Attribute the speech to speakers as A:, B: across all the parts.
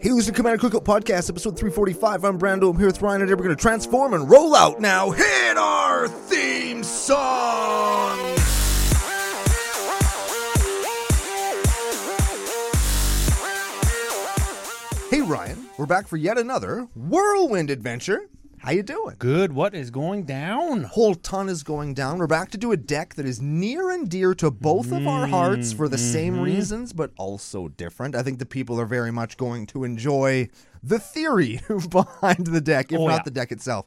A: Hey, listen, Commander Cookout Podcast, episode 345. I'm Brando. I'm here with Ryan, and today we're going to transform and roll out now. Hit our theme song! Hey, Ryan, we're back for yet another whirlwind adventure. How you doing?
B: Good. What is going down?
A: whole ton is going down. We're back to do a deck that is near and dear to both of our
B: Mm,
A: hearts for the same
B: mm-hmm.
A: reasons, but also different. I think the people are very much going to enjoy the theory behind the deck, if
B: Oh,
A: not
B: yeah.
A: the deck itself.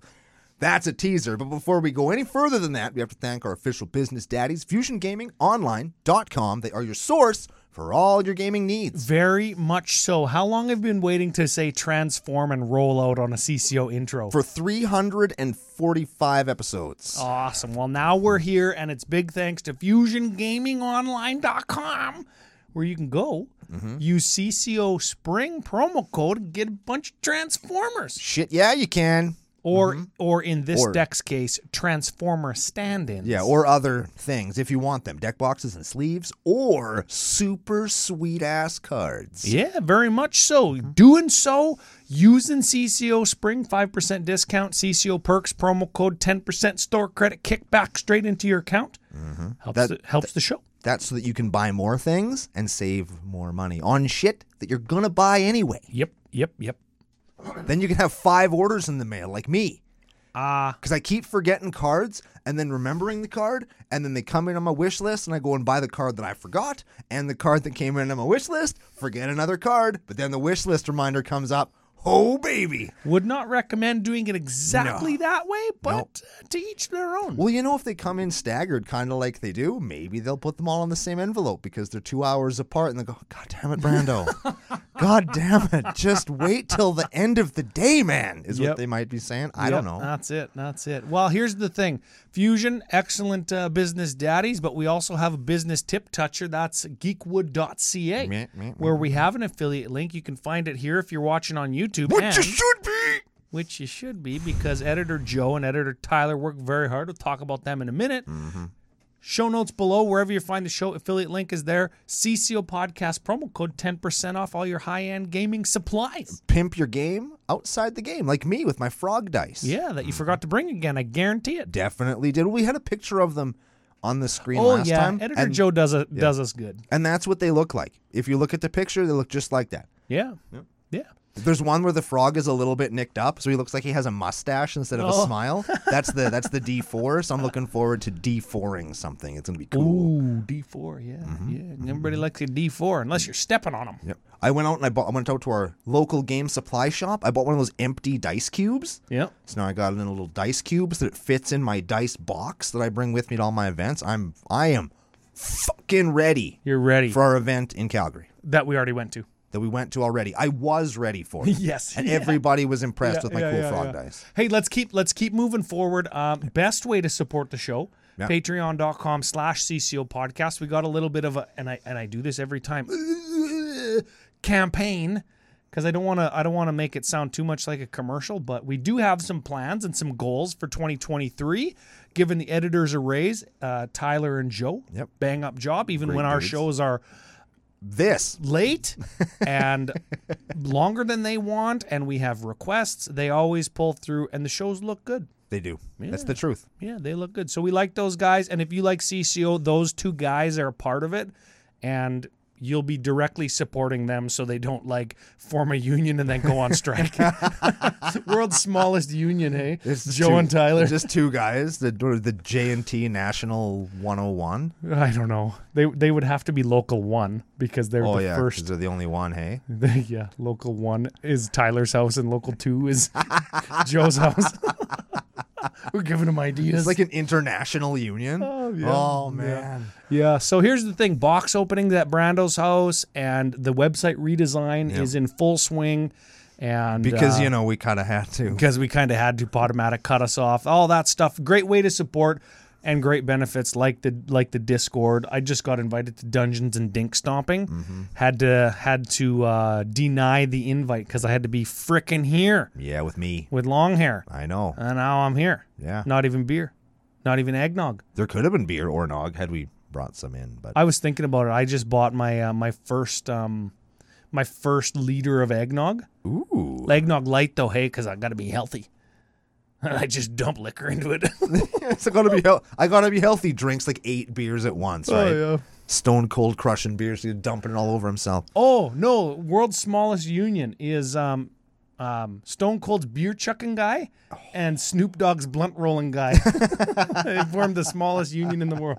A: That's a teaser. But before we go any further than that, we have to thank our official business daddies, FusionGamingOnline.com. They are your source for all your gaming needs.
B: Very much so. How long have you been waiting to say transform and roll out on a CCO intro?
A: For 345 episodes.
B: awesome. Well, now we're here, and it's big thanks to FusionGamingOnline.com, where you can go
A: Mm-hmm.
B: use CCO Spring promo code and get a bunch of transformers,
A: Shit, yeah, you can.
B: or or in this
A: Mm-hmm. Or-
B: deck's case, transformer stand-ins.
A: Yeah, or other things if you want them. Deck boxes and sleeves or super sweet ass cards.
B: Yeah, very much so.
A: Mm-hmm.
B: Doing so using CCO Spring 5% discount, CCO perks, promo code 10% store credit kickback straight into your account. Helps,
A: Mm-hmm. That-
B: the, helps the show.
A: That's so that you can buy more things and save more money on shit that you're going to buy anyway.
B: Yep, yep, yep.
A: Then you can have five orders in the mail, like me.
B: Ah,
A: Because I keep forgetting cards and then remembering the card, and then they come in on my wish list, and I go and buy the card that I forgot, and the card that came in on my wish list, forget another card, but then the wish list reminder comes up. Oh, baby.
B: would not recommend doing it exactly that way, but uh to each their own.
A: Well, you know, if they come in staggered, kind of like they do, maybe they'll put them all on the same envelope because they're two hours apart and they go, God damn it, Brando. God damn it. Just wait till the end of the day, man, is what
B: Yep.
A: they might be saying. I don't
B: Yep, Uh,
A: know.
B: That's it. That's it. Well, here's the thing Fusion, excellent uh, business daddies, but we also have a business tip toucher. That's geekwood.ca,
A: Meh, meh,
B: where we have an affiliate link. You can find it here if you're watching on YouTube,
A: What
B: and-
A: you should be.
B: which you should be because editor Joe and editor Tyler work very hard. We'll talk about them in a minute.
A: Mm-hmm.
B: Show notes below, wherever you find the show, affiliate link is there. CCO podcast promo code 10% off all your high end gaming supplies.
A: Pimp your game outside the game, like me with my frog dice.
B: Yeah, that you
A: Mm-hmm.
B: forgot to bring again. I guarantee it.
A: Definitely did. We had a picture of them on the screen
B: Oh
A: last
B: yeah,
A: time.
B: editor
A: and,
B: Joe does a, does us good.
A: and that's what they look like. If you look at the picture, they look just like that.
B: Yeah, yeah.
A: There's one where the frog is a little bit nicked up, so he looks like he has a mustache instead of a
B: Oh.
A: smile. That's the that's the D four. So I'm looking forward to D fouring something. It's gonna be cool.
B: Ooh, D four. Yeah, yeah. And Everybody likes a D four unless you're stepping on them.
A: Yep. I went out and I bought. I went out to our local game supply shop. I bought one of those empty dice cubes.
B: Yep.
A: So now I got it in a little dice cube so that it fits in my dice box that I bring with me to all my events. I'm I am fucking ready
B: You're ready
A: for our event in Calgary
B: that we already went to.
A: that we went to already. I was ready for it.
B: Yes.
A: And everybody was impressed
B: Yeah,
A: with my
B: yeah,
A: cool
B: yeah,
A: frog
B: yeah.
A: dice.
B: Hey, let's keep let's keep moving forward. Um, best way to support the show.
A: Yeah.
B: Patreon.com slash CCO podcast. We got a little bit of a and I and I do this every time campaign because I don't want to I don't want to make it sound too much like a commercial, but we do have some plans and some goals for 2023. Giving the editors a raise, uh, Tyler and Joe,
A: Yep.
B: bang up job. Even when our
A: dudes.
B: shows are
A: This
B: late and longer than they want, and we have requests, they always pull through, and the shows look good.
A: they do. That's the truth.
B: Yeah, they look good. So we like those guys. And if you like CCO, those two guys are a part of it. And you'll be directly supporting them so they don't like form a union and then go on strike. World's smallest union, hey? Joe
A: two-
B: and Tyler.
A: Just two guys, the or the J and T National 101.
B: I don't know. They they would have to be local one because they're
A: Oh
B: the
A: yeah, 'cause
B: first.
A: they're the only one. Hey,
B: yeah, local one is Tyler's house and local two is Joe's house. We're giving them ideas.
A: it's like an international union.
B: Oh, yeah.
A: Oh,
B: Yeah.
A: man,
B: Yeah. So here's the thing: box openings at Brando's house, and the website redesign is in full swing. And
A: because
B: uh,
A: you know we kind of had to.
B: because we kind of had to Potomatic cut us off, all that stuff. Great way to support and great benefits like the like the Discord. I just got invited to Dungeons and Dink Stomping. Had to had to uh, deny the invite because I had to be frickin' here
A: Yeah, with me,
B: with long hair,
A: I know.
B: and now I'm here.
A: Yeah,
B: Not even beer, not even eggnog.
A: there could have been beer or nog had we brought some in, but
B: I was thinking about it. I just bought my uh, my first um, my first liter of eggnog.
A: Ooh.
B: Eggnog light though, hey, because I gotta be healthy. I just dump liquor into it.
A: Oh, it's gotta be hel- I gotta be healthy. Drinks like eight beers at once, right?
B: Oh, yeah.
A: Stone cold crushing beers, he's dumping it all over himself.
B: oh no, world's smallest union is um, um, Stone Cold's beer chucking guy and Snoop Dogg's blunt rolling guy. they formed the smallest union in the world.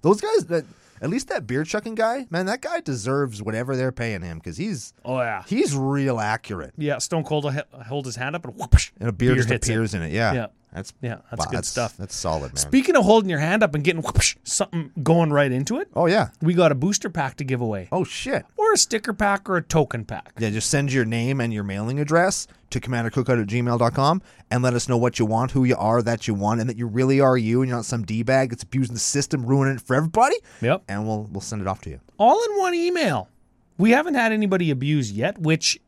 A: Those guys that at least that beer chucking guy, man, that guy deserves whatever they're paying him because he's
B: Oh yeah,
A: he's real accurate.
B: yeah. Stone Cold will he- hold his hand up and whoosh,
A: And a beer, just
B: hits it.
A: appears in it. Yeah.
B: Yeah.
A: That's
B: Yeah, that's
A: wow,
B: good stuff.
A: That's solid, man.
B: Speaking of holding your hand up and getting whoosh, something going right into it,
A: oh yeah.
B: we got a booster pack to give away,
A: Oh shit.
B: or a sticker pack, or a token pack.
A: Yeah, just send your name and your mailing address to commandercookout at gmail.com and let us know what you want, who you are, that you want, and that you really are you and you're not some D bag that's abusing the system, ruining it for everybody.
B: Yep.
A: And we'll we'll send it off to you.
B: all in one email. We haven't had anybody abuse yet, which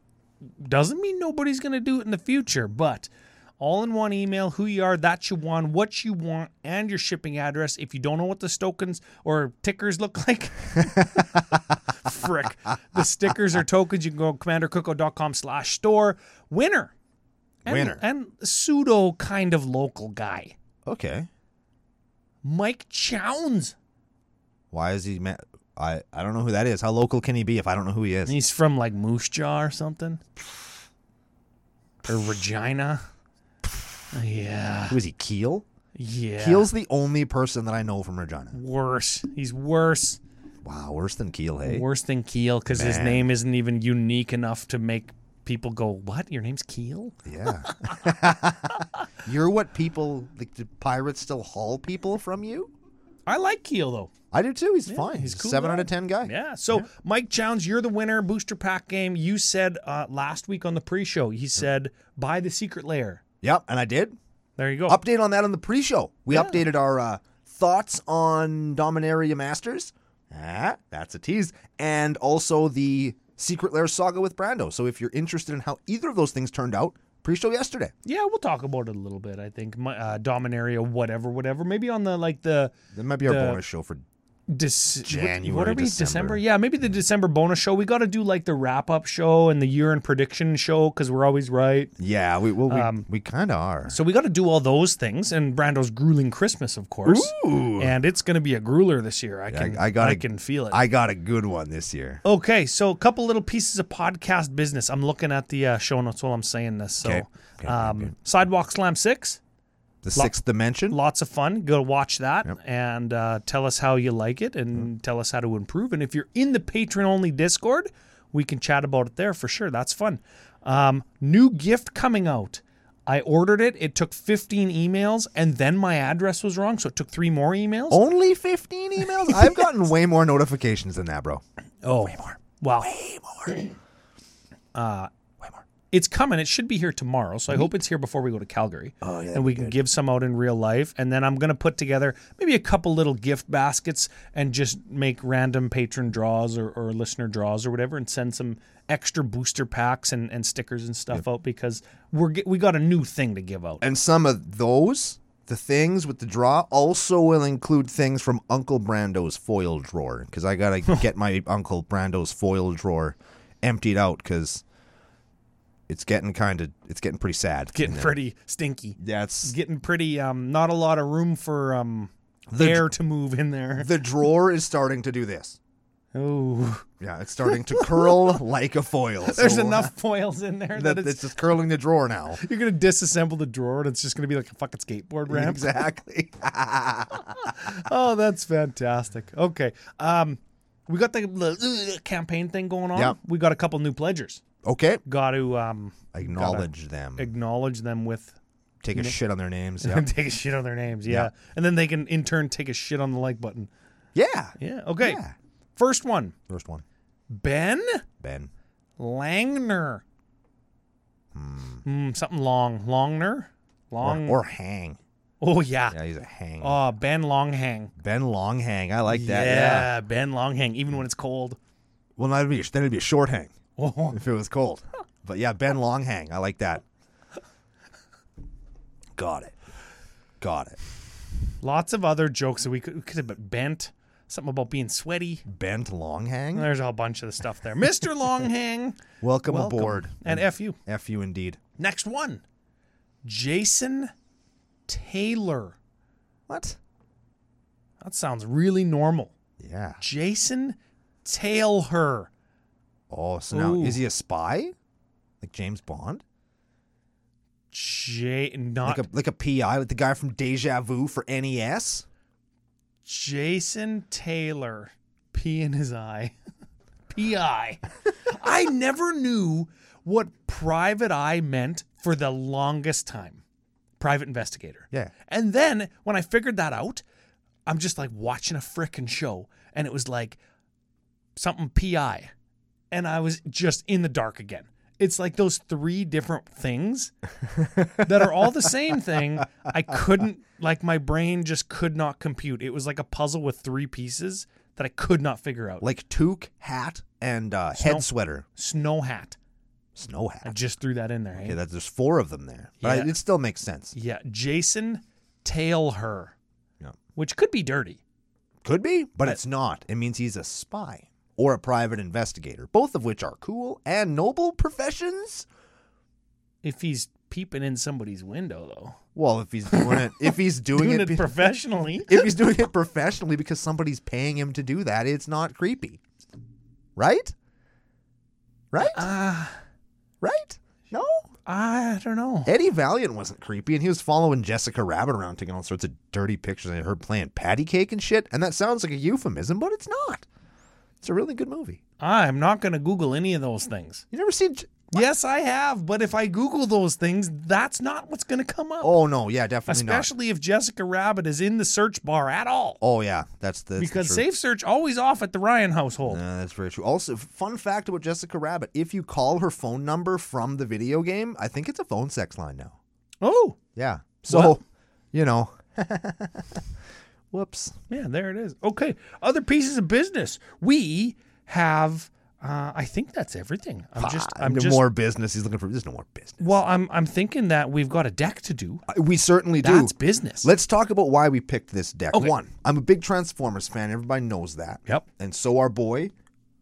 B: doesn't mean nobody's going to do it in the future, but all in one email, who you are, that you want, what you want, and your shipping address. If you don't know what the tokens or tickers look like, frick, the stickers or tokens, you can go commandercooko.com slash store. Winner. And,
A: Winner.
B: And pseudo kind of local guy,
A: Okay.
B: Mike Chowns.
A: Why is he ma- I, I don't know who that is. How local can he be if I don't know who he is?
B: He's from like Moose Jaw or something. Or Regina. Yeah.
A: Who is he? Keel?
B: Yeah.
A: Keel's the only person that I know from Regina.
B: worse. He's worse.
A: Wow, worse than Keel, hey?
B: Worse than Keel because his
A: Man.
B: name isn't even unique enough to make people go, What? Your name's Keel?
A: Yeah. You're what people, like, do pirates still haul people from you?
B: I like Keel though.
A: I do too. He's fine.
B: he's
A: He's
B: a cool
A: Seven
B: guy.
A: out of ten guy.
B: Yeah. So, Mike Jones, you're the winner. Booster Pack game. You said uh, last week on the pre show, he said, Buy the secret layer.
A: Yep, and I did.
B: There you go.
A: Update on that on the pre-show. We updated our uh, thoughts on Dominaria Masters. Ah, that's a tease. And also the Secret Lair saga with Brando. So if you're interested in how either of those things turned out, pre-show yesterday.
B: Yeah, we'll talk about it a little bit. I think My, uh, Dominaria, whatever, whatever. Maybe on the like the
A: That might be our
B: The-
A: bonus show for
B: Dec-
A: January,
B: What, what are we? December.
A: December.
B: Yeah, maybe the December bonus show. We got to do like the wrap up show and the year in prediction show because we're always right.
A: Yeah, we well, we,
B: um,
A: we kind of are.
B: So we got to do all those things and Brando's grueling Christmas, of course.
A: Ooh.
B: And it's going to be a grueler this year. I can.
A: I gotta-
B: can feel it.
A: I got a good one this year.
B: Okay, so a couple little pieces of podcast business. I'm looking at the uh, show notes while I'm saying this. So,
A: Okay. Okay,
B: um, Sidewalk Slam Six,
A: The Sixth Dimension.
B: lots of fun. Go watch that and uh, tell us how you like it and tell us how to improve. And if you're in the patron only Discord, we can chat about it there for sure. That's fun. Um, new gift coming out. I ordered it. It took 15 emails and then my address was wrong. So it took three more emails.
A: Only 15 emails? I've gotten way more notifications than that, bro.
B: Oh, way more. Wow. Way more. Uh, way more. It's coming. It should be here tomorrow. So I hope it's here before we go to Calgary. Oh, yeah. And we can give some out in real life. And then I'm going to put together maybe a couple little gift baskets and just make random patron draws or, or listener draws or whatever and send some extra booster packs and, and stickers and stuff out because we're get, we got a new thing to give out.
A: And some of those, the things with the draw, also will include things from Uncle Brando's foil drawer because I got to get my Uncle Brando's foil drawer emptied out because it's getting kind of, it's getting pretty sad.
B: Getting pretty stinky.
A: Yeah, it's,
B: Getting pretty, um, not a lot of room for um, air to move in there.
A: the drawer is starting to do this.
B: Oh.
A: Yeah, it's starting to curl like a foil.
B: There's
A: so
B: enough foils in there that,
A: That
B: it's,
A: it's just curling the drawer now.
B: you're gonna disassemble the drawer and it's just gonna be like a fucking skateboard ramp.
A: Exactly.
B: oh, that's fantastic. Okay, um, we got the, the uh, campaign thing going on.
A: Yeah.
B: We got a couple new pledgers.
A: okay.
B: Got to um,
A: Acknowledge them.
B: acknowledge them with
A: Take a shit on their names. Yeah.
B: take a shit on their names. Yeah. and then they can in turn take a shit on the like button.
A: yeah.
B: Yeah. Okay.
A: Yeah.
B: First one,
A: First one,
B: Ben
A: Ben.
B: Langner. Hmm, something long, Longner,
A: Or,
B: long.
A: or Hang.
B: oh yeah.
A: Yeah, he's a Hang.
B: Oh, Ben Longhang.
A: Ben Long Hang. I like
B: Yeah,
A: that. Yeah.
B: Ben Longhang, even when it's cold.
A: Well, not be, then it'd be a short hang
B: Oh,
A: if it was cold. But yeah, Ben Long Hang. I like that. Got it. Got it.
B: lots of other jokes that we could, we could have been bent. Something about being sweaty.
A: Bent Longhang.
B: There's a whole bunch of the stuff there. Mr. Longhang.
A: Welcome,
B: welcome.
A: aboard.
B: And F you.
A: F you indeed.
B: Next one. Jason Taylor.
A: What?
B: That sounds really normal.
A: Yeah.
B: Jason Taylor.
A: Oh, so now
B: Ooh.
A: is he a spy? Like James Bond?
B: J not
A: Like a like a PI, like the guy from Deja Vu for E NES?
B: Jason Taylor. P in his eye. P.I. I never knew what private eye meant for the longest time. Private investigator.
A: Yeah.
B: And then when I figured that out, I'm just like watching a frickin' show and it was like something PI. And I was just in the dark again. It's like those three different things that are all the same thing. I couldn't, like, my brain just could not compute. It was like a puzzle with three pieces that I could not figure out.
A: Like toque, hat, and uh,
B: Snow-
A: head sweater.
B: Snow hat.
A: Snow
B: I
A: hat.
B: just threw that in there. eh?
A: Okay, that, there's four of them there. But I-
B: Yeah.
A: it still makes sense.
B: Yeah. Jason Tail Her,
A: Yeah.
B: which could be dirty.
A: Could be, but it's not. It means he's a spy or a private investigator, both of which are cool and noble professions.
B: If he's peeping in somebody's window, though.
A: Well, if he's doing it, if he's doing,
B: doing
A: it,
B: it,
A: be-
B: professionally.
A: if he's doing it professionally because somebody's paying him to do that, it's not creepy, right? Right?
B: Uh,
A: right? No.
B: I don't know.
A: Eddie Valiant wasn't creepy, and he was following Jessica Rabbit around, taking all sorts of dirty pictures of her playing patty cake and shit. And that sounds like a euphemism, but it's not. It's a really good movie.
B: I'm not going to Google any of those things.
A: You never seen? J-
B: Yes, I have, but if I Google those things, that's not what's going to come up.
A: Oh no, yeah, definitely not.
B: Especially if Jessica Rabbit is in the search bar at all.
A: Oh yeah, that's the that's the
B: because
A: truth.
B: Safe Search always off at the Ryan household.
A: Yeah, that's very true. Also, f- fun fact about Jessica Rabbit: if you call her phone number from the video game, I think it's a phone sex line now.
B: Oh,
A: Yeah. So,
B: Well-
A: you know, whoops.
B: yeah, there it is. Okay, other pieces of business. We have, uh, I think that's everything. I'm just,
A: Ah,
B: I'm
A: no
B: just.
A: more business. He's looking for. There's no more business.
B: well, I'm, I'm thinking that we've got a deck to do.
A: Uh, We certainly do.
B: That's business.
A: Let's talk about why we picked this deck.
B: Okay.
A: One, I'm a big Transformers fan. Everybody knows that.
B: Yep.
A: And so our boy,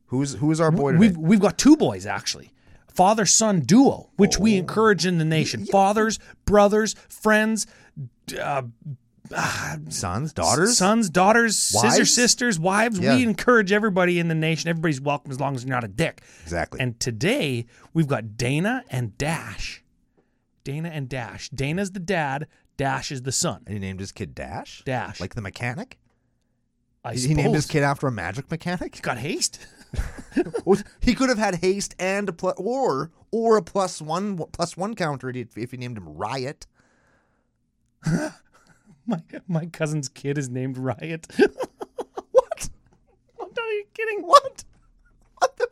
A: who's who's our boy today?
B: We've we've got two boys actually. Father son duo, which
A: Oh.
B: we encourage in the nation. Fathers, brothers, friends,
A: Sons, daughters.
B: sons, daughters, scissor
A: Wives?
B: sisters, wives.
A: Yeah.
B: We encourage everybody in the nation. Everybody's welcome as long as you're not a dick.
A: Exactly.
B: And today we've got Dana and Dash. Dana and Dash. Dana's the dad. Dash is the son.
A: and he named his kid Dash.
B: Dash.
A: Like the mechanic.
B: I
A: He he named his
B: suppose.
A: kid after a magic mechanic.
B: got haste.
A: Well, he could have had haste and a plus, or or a plus one plus one counter if if he named him Riot.
B: My my cousin's kid is named Riot.
A: What?
B: I'm not even kidding.
A: What? What the?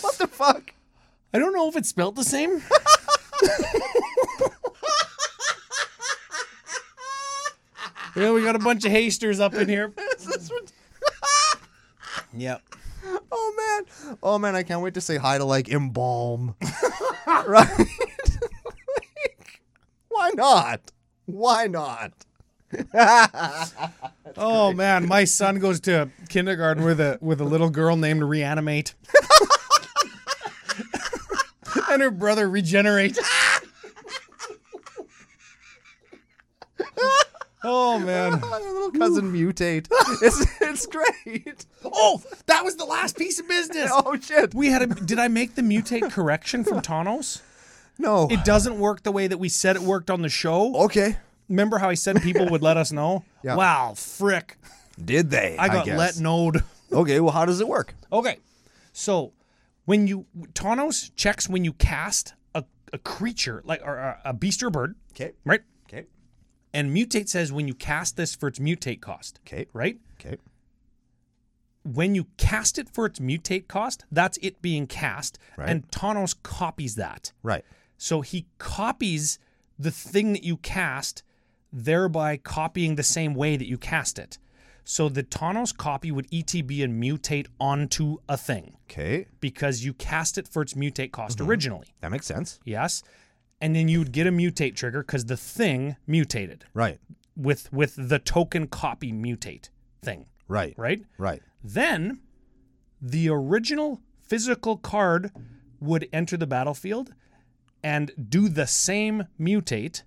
A: What the fuck?
B: I don't know if it's spelled the same. yeah, we got a bunch of hasters up in here.
A: Is this what-
B: Yep.
A: Oh man! Oh man! I can't wait to say hi to like embalm. right? Like, why not? Why not?
B: Oh man, my son goes to kindergarten with a with a little girl named Reanimate. and her brother Regenerate. oh man.
A: My little cousin mutate. It's it's great.
B: Oh, that was the last piece of business.
A: Oh shit!
B: We had a did I make the mutate correction from Tonos?
A: No.
B: It doesn't work the way that we said it worked on the show.
A: okay.
B: Remember how I said people would let us know?
A: Yeah.
B: Wow, frick.
A: Did they?
B: I got let knowed.
A: Okay. Well, how does it work?
B: Okay. So when you Tonos checks when you cast a, a creature, like or a, a beast or a bird,
A: Okay.
B: right?
A: Okay.
B: And mutate says when you cast this for its mutate cost.
A: Okay.
B: Right?
A: Okay.
B: When you cast it for its mutate cost, that's it being cast.
A: Right.
B: And Tonos copies that.
A: Right.
B: So he copies the thing that you cast, thereby copying the same way that you cast it. So the Tanos copy would ETB and mutate onto a thing
A: Okay.
B: because you cast it for its mutate cost originally.
A: That makes sense.
B: Yes. And then you would get a mutate trigger because the thing mutated
A: Right.
B: with with the token copy mutate thing.
A: Right.
B: right?
A: Right.
B: Then the original physical card would enter the battlefield and do the same mutate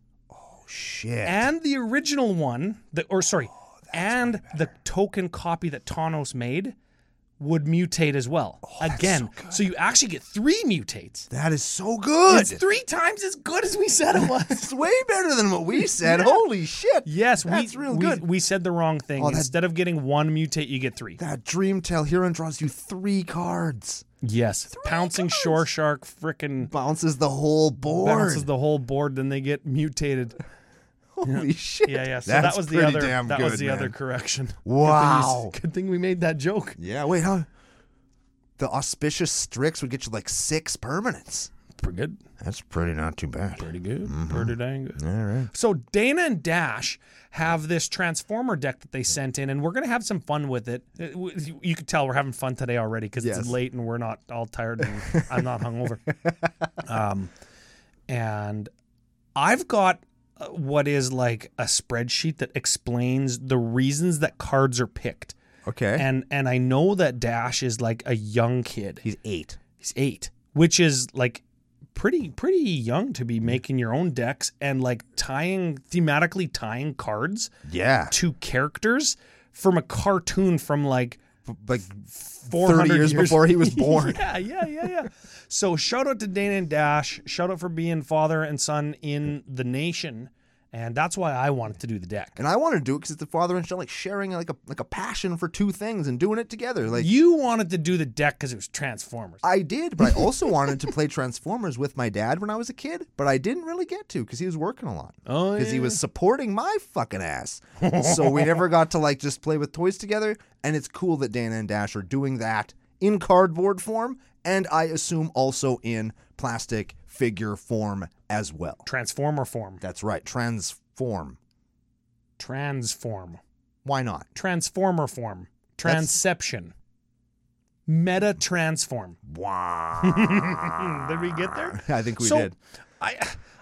A: Shit.
B: and the original one, the, or sorry,
A: Oh,
B: and the token copy that Tanos made would mutate as well.
A: Oh,
B: Again, so, you actually get three mutates.
A: that is so good.
B: It's three times as good as we said it was.
A: It's way better than what we said. Holy shit.
B: yes,
A: That's
B: we,
A: real
B: we,
A: good. Oh,
B: we said the wrong thing.
A: that-
B: Instead of getting one mutate, you get three.
A: That dream tale hero draws you three cards.
B: yes, pouncing shore shark frickin'
A: Bounces the whole board.
B: bounces the whole board, then they get mutated.
A: Holy shit.
B: Yeah, yeah. So
A: That's
B: that was the
A: pretty
B: other.
A: damn
B: That
A: good,
B: was the
A: man.
B: other correction. Good thing we s-
A: Wow.
B: good thing we made that joke.
A: Yeah, wait, how? The auspicious Strix would get you like six permanents.
B: Pretty good.
A: That's pretty not too bad.
B: Pretty good. Pretty dang good.
A: Mm-hmm. All right.
B: So Dana and Dash have this Transformer deck that they sent in, and we're gonna have some fun with it. Uh, w- you- You can tell we're having fun today already because
A: Yes.
B: it's late and we're not all tired and I'm not hungover. Um, and I've got uh, what is like a spreadsheet that explains the reasons that cards are picked.
A: Okay.
B: And and I know that Dash is like a young kid.
A: He's eight.
B: He's eight, which is like pretty pretty young to be making your own decks and like tying thematically tying cards
A: Yeah.
B: to characters from a cartoon from like
A: Like
B: 400
A: 30 years before he was born.
B: yeah, yeah, yeah, yeah. so shout out to Dana and Dash. Shout out for being father and son in the nation, and that's why I wanted to do the deck.
A: And I want to do it because it's the father and son like sharing like a like a passion for two things and doing it together. Like
B: You wanted to do the deck because it was Transformers.
A: I did, but I also wanted to play Transformers with my dad when I was a kid, but I didn't really get to because he was working a lot.
B: Oh,
A: because he was supporting my fucking ass. so we never got to like just play with toys together. And it's cool that Dana and Dash are doing that in cardboard form, and I assume also in plastic figure form as well.
B: Transformer form.
A: That's right, transform.
B: Transform.
A: Why not?
B: transformer form,
A: That's-
B: transception, meta transform.
A: Wow.
B: Hmm, Did we get there?
A: I think Ah. we
B: so,
A: did.
B: I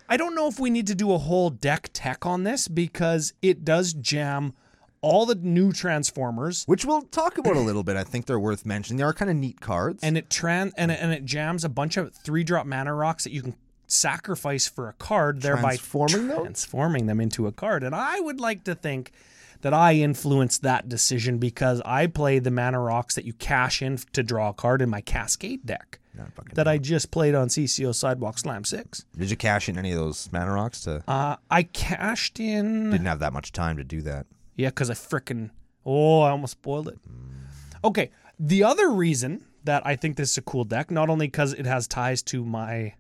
B: I don't know if we need to do a whole deck tech on this because it does jam all the new transformers
A: Which we'll talk about a little bit. I think they're worth mentioning. They are kind of neat cards.
B: and it trans and it, and it jams a bunch of three drop mana rocks that you can sacrifice for a card, thereby
A: Transforming those?
B: transforming them into a card. And I would like to think that I influenced that decision because I play the mana rocks that you cash in to draw a card in my Cascade deck that I just played on CCO Sidewalk Slam Six.
A: did you cash in any of those mana rocks? To
B: Uh, I cashed in
A: didn't have that much time to do that.
B: Yeah, because I frickin' oh, I almost spoiled it. Okay, the other reason that I think this is a cool deck, not only because it has ties to my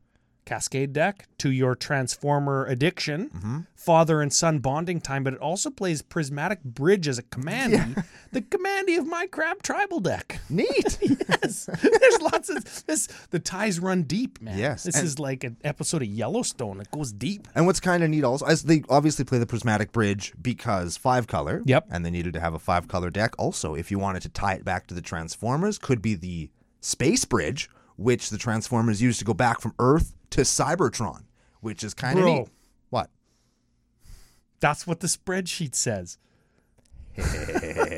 B: Cascade deck, to your Transformer addiction,
A: Mm-hmm.
B: father and son bonding time, but it also plays Prismatic Bridge as a commandy, the commandy of my Crab Tribal deck.
A: Neat.
B: Yes, there's lots of this. The ties run deep, man.
A: Yes,
B: this
A: and-
B: is like an episode of Yellowstone. It goes deep.
A: And what's kind of neat also is they obviously play the prismatic bridge because five color.
B: Yep.
A: And they needed to have a five color deck. Also, if you wanted to tie it back to the Transformers, could be the space bridge, which the Transformers used to go back from Earth to Cybertron, which is kind of
B: Bro.
A: neat. What?
B: That's what the spreadsheet says.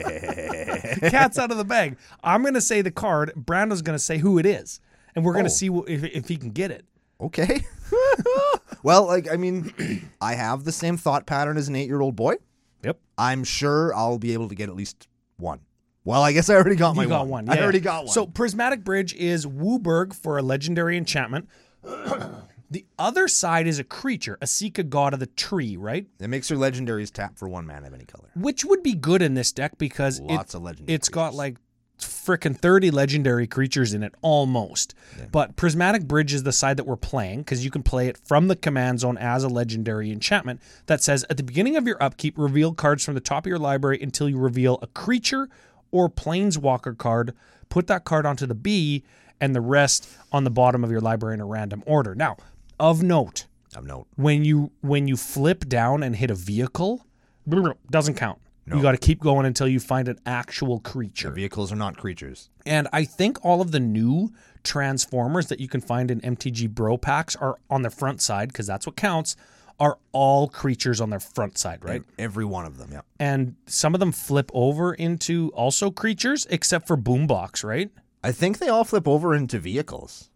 B: Cat's out of the bag. I'm going to say the card. Brando's going to say who it is. And we're
A: Oh.
B: going to see wh- if, if he can get it.
A: Okay. well, like I mean, I have the same thought pattern as an eight year old boy.
B: Yep.
A: I'm sure I'll be able to get at least one. Well, I guess I already got my
B: You got one.
A: I
B: yeah.
A: already got one.
B: So Prismatic Bridge is Wooburg for a legendary enchantment. the other side is a creature, a Sika god of the tree, right?
A: it makes your legendaries tap for one mana of any color.
B: Which would be good in this deck because it,
A: Lots of legendary.
B: It's got like frickin' 30 legendary creatures in it almost. But Prismatic Bridge is the side that we're playing because you can play it from the command zone as a legendary enchantment that says at the beginning of your upkeep, reveal cards from the top of your library until you reveal a creature or planeswalker card. Put that card onto the B and the rest on the bottom of your library in a random order. Now, of note,
A: of note.
B: when you when you flip down and hit a vehicle, doesn't count. You got to keep going until you find an actual creature.
A: Vehicles are not creatures.
B: And I think all of the new Transformers that you can find in MTG Bro packs are on the front side because that's what counts. are all creatures on their front side, right?
A: E-, Every one of them. Yep.
B: And some of them flip over into also creatures, except for Boombox, right?
A: I think they all flip over into vehicles,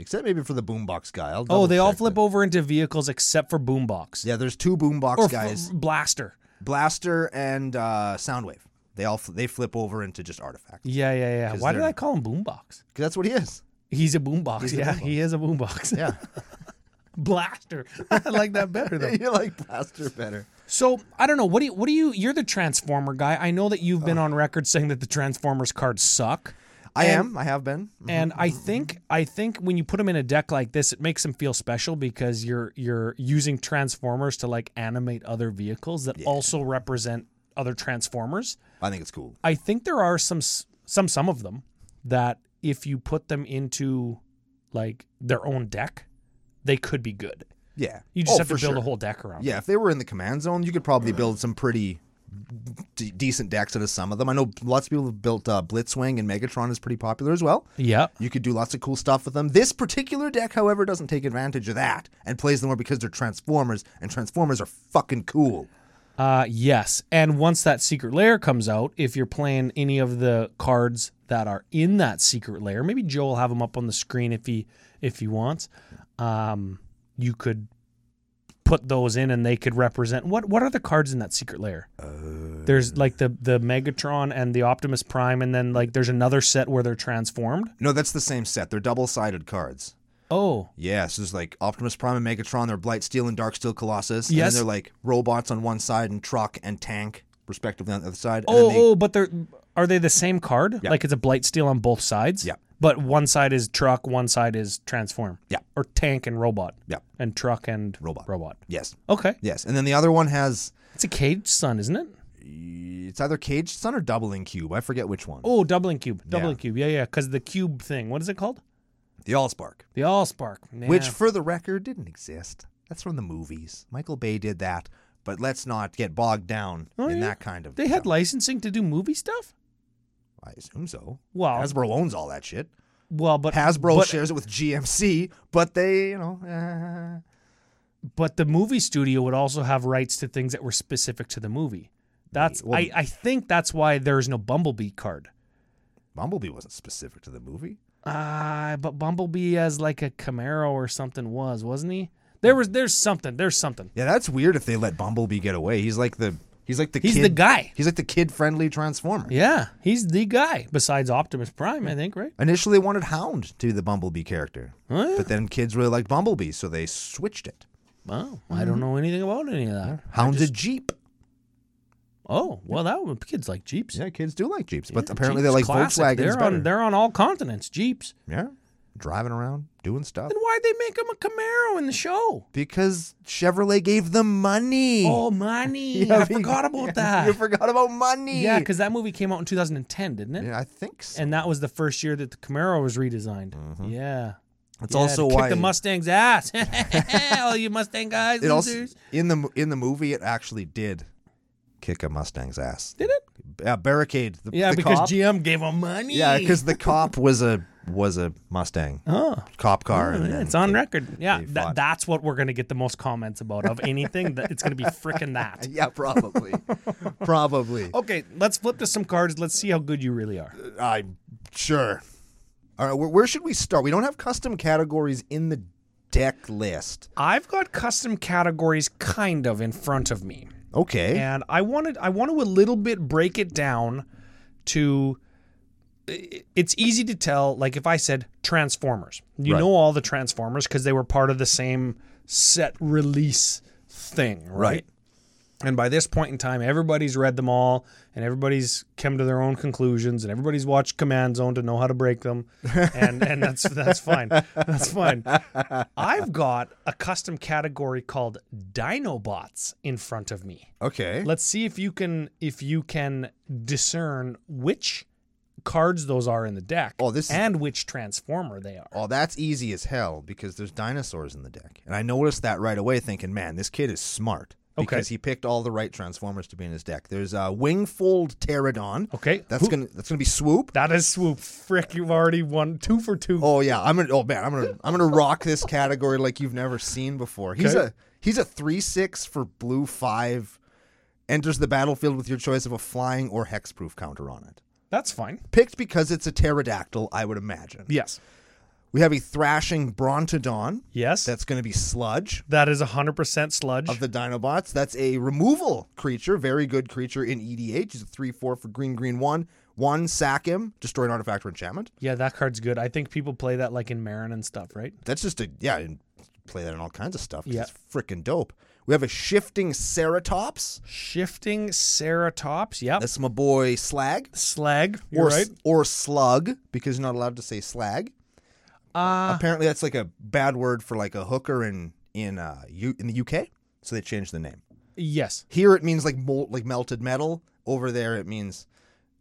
A: except maybe for the boombox guy. I'll
B: Oh, they all
A: double-check
B: flip over into vehicles except for Boombox.
A: that. Yeah, there's two boombox
B: or
A: guys,
B: f- Blaster.
A: Blaster and uh, Soundwave. They all fl- they flip over into just artifacts
B: Yeah, yeah, yeah. Why did
A: they're-
B: I call him Boombox?
A: 'Cause that's what he is.
B: He's a boombox.
A: a
B: yeah,
A: boombox.
B: he is a boombox.
A: Yeah,
B: Blaster. I like that better though.
A: you like Blaster better.
B: So I don't know. What do you? What do you? You're the Transformer guy. I know that you've been on record saying that the Transformers cards suck.
A: I
B: And-
A: am. I have been.
B: And I
A: mm-hmm,
B: think I think when you put them in a deck like this, it makes them feel special because you're you're using Transformers to like animate other vehicles that also represent other Transformers.
A: I think it's cool.
B: I think there are some s- some some of them that if you put them into like their own deck, they could be good.
A: Yeah,
B: You just
A: Oh,
B: have to
A: for
B: build
A: sure.
B: a whole deck around.
A: Yeah, if they were in the command zone, you could probably build some pretty d- decent decks out of some of them. I know lots of people have built uh, Blitzwing and Megatron is pretty popular as well.
B: It. Yeah.
A: You could do lots of cool stuff with them. This particular deck, however, doesn't take advantage of that and plays them more because they're Transformers, and Transformers are fucking cool.
B: Uh, yes. And once that secret layer comes out, if you're playing any of the cards that are in that secret layer, maybe Joe will have them up on the screen if he if he wants. Um, you could put those in, and they could represent what what are the cards in that secret layer? there's like the the Megatron and the Optimus Prime, and then like there's another set where they're transformed.
A: No, that's the same set. They're double sided cards.
B: Oh,
A: Yeah, so there's like Optimus Prime and Megatron, they're Blightsteel and Darksteel Colossus. And
B: Yes.
A: then they're like robots on one side and truck and tank, respectively, on the other side. And
B: oh,
A: then they-
B: oh, but they're are they the same card? Like it's a blight steel on both sides.
A: Yeah.
B: But one side is truck, one side is transform.
A: Yeah.
B: Or tank and robot.
A: Yeah.
B: And truck and
A: Robot.
B: Robot.
A: Yes,
B: Okay.
A: yes. And then the other one has,
B: It's a cage sun, isn't it?
A: it's either Caged Sun or Doubling Cube. I forget which one.
B: Oh, doubling cube. Doubling cube. Yeah, yeah. Because the cube thing. What is it called?
A: The Allspark.
B: The Allspark. Yeah.
A: which for the record didn't exist. That's from the movies. Michael Bay did that, but let's not get bogged down
B: Oh,
A: in
B: yeah.
A: that kind of.
B: they had
A: junk.
B: licensing to do movie stuff.
A: I assume so.
B: Well,
A: Hasbro owns all that shit.
B: well, Oh. but
A: Hasbro
B: but,
A: shares it with GMC, but they, you know, eh,
B: but the movie studio would also have rights to things that were specific to the movie. That's
A: Well-
B: I, I think that's why there is no Bumblebee card.
A: Bumblebee wasn't specific to the movie.
B: Uh, but Bumblebee as like a Camaro or something was, wasn't he? There was there's something. There's something.
A: Yeah, that's weird if they let Bumblebee get away. He's like the he's like the
B: He's
A: kid,
B: the guy.
A: He's like the kid-friendly Transformer.
B: Yeah, he's the guy besides Optimus Prime, I think, right?
A: Initially, they wanted Hound to be the Bumblebee character,
B: Oh, yeah.
A: but then kids really liked Bumblebee, so they switched it.
B: Wow, I
A: Mhm.
B: don't know anything about any of that.
A: Hound's a Jeep.
B: Oh, well, that would, kids like Jeeps.
A: Yeah, kids do like Jeeps, but
B: Yeah,
A: apparently
B: Jeeps
A: they like
B: classic.
A: Volkswagens
B: They're
A: better.
B: on they're on all continents. Jeeps.
A: Yeah. Driving around, doing stuff.
B: Then why'd they make him a Camaro in the show?
A: Because Chevrolet gave them money.
B: Oh, money! I forgot about that.
A: You forgot about money.
B: Yeah, because that movie came out in 2010, didn't it?
A: Yeah, I think so.
B: And that was the first year that the Camaro was redesigned. Yeah.
A: It's
B: Yeah,
A: Mm-hmm. also
B: to kick
A: why
B: the Mustang's ass. All you Mustang guys,
A: it also
B: losers.
A: in the in the movie it actually did kick a Mustang's ass.
B: Did it?
A: Yeah, barricade. The,
B: Yeah,
A: the
B: because
A: cop,
B: GM gave him money.
A: yeah, because the cop was a was a Mustang
B: Oh.
A: cop car.
B: Oh,
A: and,
B: yeah,
A: and
B: it's on
A: they-
B: record. Yeah,
A: they
B: tha-
A: fought.
B: that's what we're gonna get the most comments about of anything. that it's gonna be frickin' that.
A: Yeah, probably, probably.
B: Okay, let's flip to some cards. Let's see how good you really are.
A: I'm sure. All right, where, where should we start? We don't have custom categories in the deck list.
B: I've got custom categories kind of in front of me.
A: Okay.
B: and I wanted I want to a little bit break it down to i- it's easy to tell like if I said Transformers. You
A: Right.
B: know all the Transformers cuz they were part of the same set release thing, right?
A: Right.
B: And by this point in time everybody's read them all and everybody's come to their own conclusions and everybody's watched Command Zone to know how to break them and and that's that's fine. That's fine. I've got a custom category called Dinobots in front of me.
A: Okay.
B: Let's see if you can if you can discern which cards those are in the deck.
A: Oh, this is-
B: and which transformer they are.
A: Oh, that's easy as hell because there's dinosaurs in the deck. And I noticed that right away thinking, man, this kid is smart.
B: Okay.
A: Because he picked all the right Transformers to be in his deck. There's uh, Wingfold Pterodon.
B: Okay,
A: That's
B: who-
A: gonna that's gonna be swoop.
B: that is swoop. Frick, you've already won two for two.
A: Oh yeah, I'm gonna oh man, I'm gonna I'm gonna rock this category like you've never seen before. He's
B: Okay.
A: a He's a three six for blue five. Enters the battlefield with your choice of a flying or hexproof counter on it.
B: That's fine.
A: Picked because it's a pterodactyl, I would imagine.
B: Yes.
A: We have a thrashing Brontodon.
B: Yes.
A: That's going to be sludge
B: that is 100% sludge.
A: of the Dinobots. That's a removal creature, very good creature in EDH. He's a 3 4 for green, green 1. 1 sack him, destroy an artifact or enchantment.
B: yeah, that card's good. I think people play that like in Marin and stuff, right?
A: That's just a, yeah, and play that in all kinds of stuff. 'cause
B: Yeah.
A: It's freaking dope. We have a shifting Ceratops.
B: Shifting Ceratops. Yep.
A: That's my boy Slag.
B: Slag. You're
A: or,
B: right.
A: or Slug, because you're not allowed to say Slag.
B: Uh,
A: Apparently, that's like a bad word for like a hooker in in uh, U- in the UK. So they changed the name.
B: yes.
A: Here it means like mol- like melted metal. Over there it means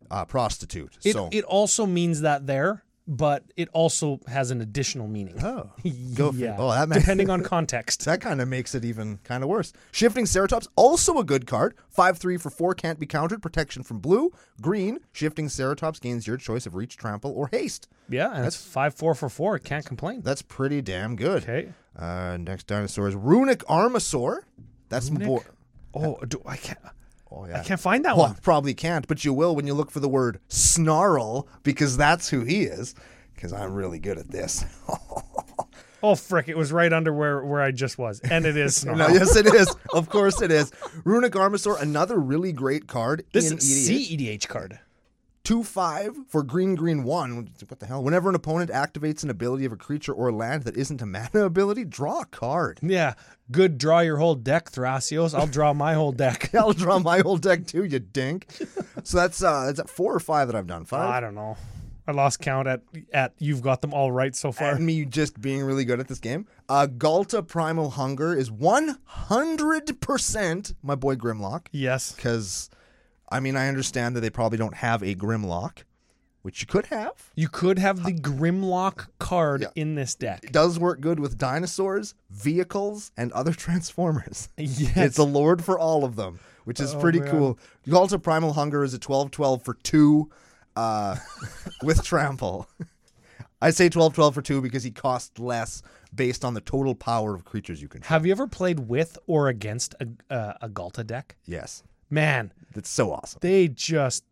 A: uh, prostitute.
B: It,
A: so
B: it also means that there, but it also has an additional meaning.
A: oh, go for
B: yeah.
A: it. Oh, that ma-
B: Depending on context.
A: that kind of makes it even kind of worse. Shifting Ceratops also a good card. Five three for four can't be countered. Protection from blue, green. Shifting Ceratops gains your choice of reach, trample, or haste.
B: Yeah, and it's five four for four. Can't complain.
A: That's pretty damn good.
B: Okay.
A: Uh, next dinosaur is Runic Armosaur. That's my boy.
B: Oh, do, I can't.
A: Oh
B: I
A: yeah.
B: can't find that
A: Well,
B: one.
A: probably can't, but you will when you look for the word snarl because that's who he is. Because I'm really good at this.
B: Oh frick! It was right under where where I just was, and it is snarl.
A: no, yes, it is. Of course, it is. Runic Armosaur, another really great card
B: this
A: in E
B: is
A: EDH.
B: CEDH card.
A: Two five for green, green one. What the hell? Whenever an opponent activates an ability of a creature or land that isn't a mana ability, draw a card.
B: Yeah, good. Draw your whole deck, Thrasios. I'll draw my whole deck.
A: I'll draw my whole deck too, you dink. So that's uh, that's at four or five that I've done. Five.
B: I don't know. I lost count at at you've got them all right so far.
A: and me just being really good at this game. Uh, Galta Primal Hunger is 100% my boy Grimlock.
B: yes.
A: Because, I mean, I understand that they probably don't have a Grimlock, which you could have.
B: You could have the Grimlock card
A: Yeah.
B: in this deck.
A: It does work good with dinosaurs, vehicles, and other Transformers.
B: Yes.
A: It's a lord for all of them, which is pretty
B: man.
A: cool. Galta Primal Hunger is a 12 12 for two uh, with trample. I say 12 12 for two because he costs less based on the total power of creatures you control.
B: Have you ever played with or against a uh, a Galta deck?
A: Yes.
B: Man,
A: That's so awesome.
B: they just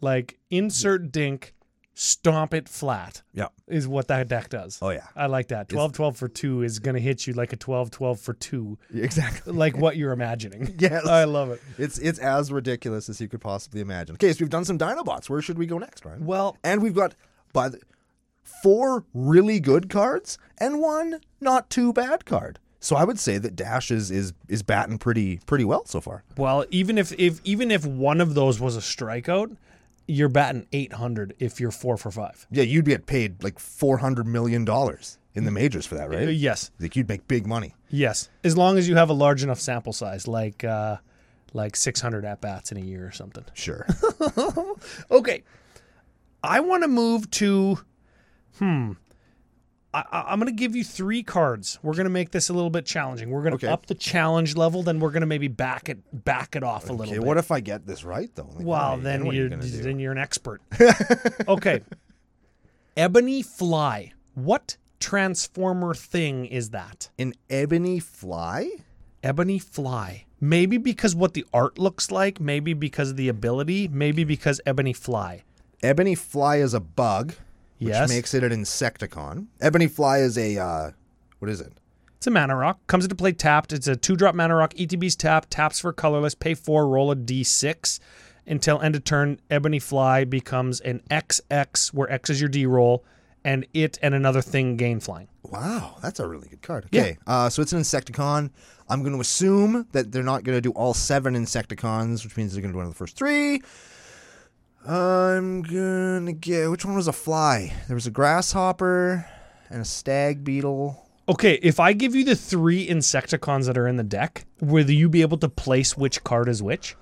B: like insert dink, stomp it flat
A: Yeah.
B: is what that deck does.
A: Oh, yeah.
B: I like that. 12 12 for 2 is going to hit you like a 12 12 for 2,
A: Exactly.
B: like what you're imagining.
A: Yes.
B: I love it.
A: It's it's as ridiculous as you could possibly imagine. Okay, so we've done some Dinobots. Where should we go next, Ryan?
B: Well,
A: and we've got by the, four really good cards and one not too bad card. So I would say that Dash is is is batting pretty pretty well so far.
B: well, even if if even if one of those was a strikeout, you're batting 800 if you're 4 for 5.
A: Yeah, you'd get paid like four hundred million dollars in the majors for that,
B: Uh,
A: right?
B: Yes.
A: Like you'd make big money.
B: Yes. As long as you have a large enough sample size like uh like 600 at bats in a year or something.
A: Sure.
B: Okay. I want to move to. Hmm. I, I, I'm going to give you three cards. We're going to make this a little bit challenging. We're going to
A: Okay.
B: up the challenge level, then we're going to maybe back it back it off a little
A: okay,
B: bit.
A: what if I get this right though? Like,
B: well,
A: hey,
B: then
A: what are
B: you're
A: gonna do?
B: then you're an expert. okay. Ebony fly. What transformer thing is that?
A: an ebony fly.
B: Ebony fly. Maybe because what the art looks like, maybe because of the ability, maybe because ebony fly.
A: Ebony Fly is a bug, which
B: Yes.
A: makes it an insecticon. Ebony Fly is a uh, what is it?
B: It's a mana rock. Comes into play tapped. It's a two drop mana rock. E ETB's tap. Taps for colorless. Pay four. Roll a d6. Until end of turn, Ebony Fly becomes an XX, where X is your D roll, and it and another thing gain flying.
A: Wow, that's a really good card. Okay, uh, so it's an insecticon. I'm going to assume that they're not going to do all seven insecticons, which means they're going to do one of the first three. I'm gonna get which one was a fly? There was a grasshopper and a stag beetle.
B: Okay, if I give you the three Insecticons that are in the deck, will you be able to place which card is which?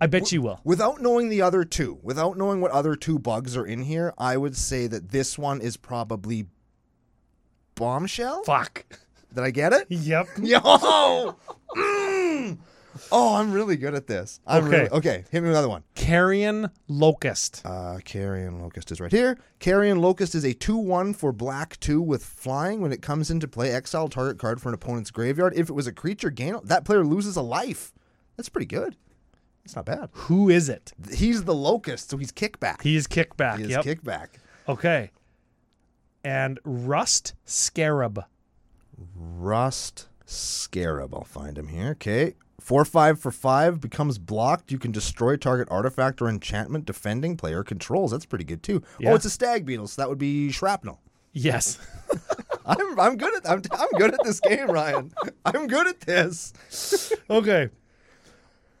B: I bet you will.
A: Without knowing the other two, without knowing what other two bugs are in here, I would say that this one is probably bombshell.
B: Fuck.
A: Did I get it?
B: Yep.
A: Yo! Mm! Oh, I'm really good at this. I'm
B: Okay.
A: really okay. Hit me with another one.
B: Carrion locust.
A: Uh, Carrion Locust is right here. Carrion Locust is a 2 1 for black 2 with flying. When it comes into play, exile target card from an opponent's graveyard. If it was a creature, gain that player loses a life. That's pretty good. That's not bad.
B: Who is it?
A: He's the Locust, so he's kickback.
B: He is kickback.
A: He is
B: yep.
A: kickback.
B: okay. And rust scarab.
A: Rust Scarab. I'll find him here. Okay. 4 5 for 5 becomes blocked. You can destroy target artifact or enchantment defending player controls. That's pretty good, too.
B: Yeah.
A: Oh, it's a stag beetle, so that would be shrapnel.
B: Yes.
A: I'm I'm good at I'm, I'm good at this game, Ryan. I'm good at this.
B: okay.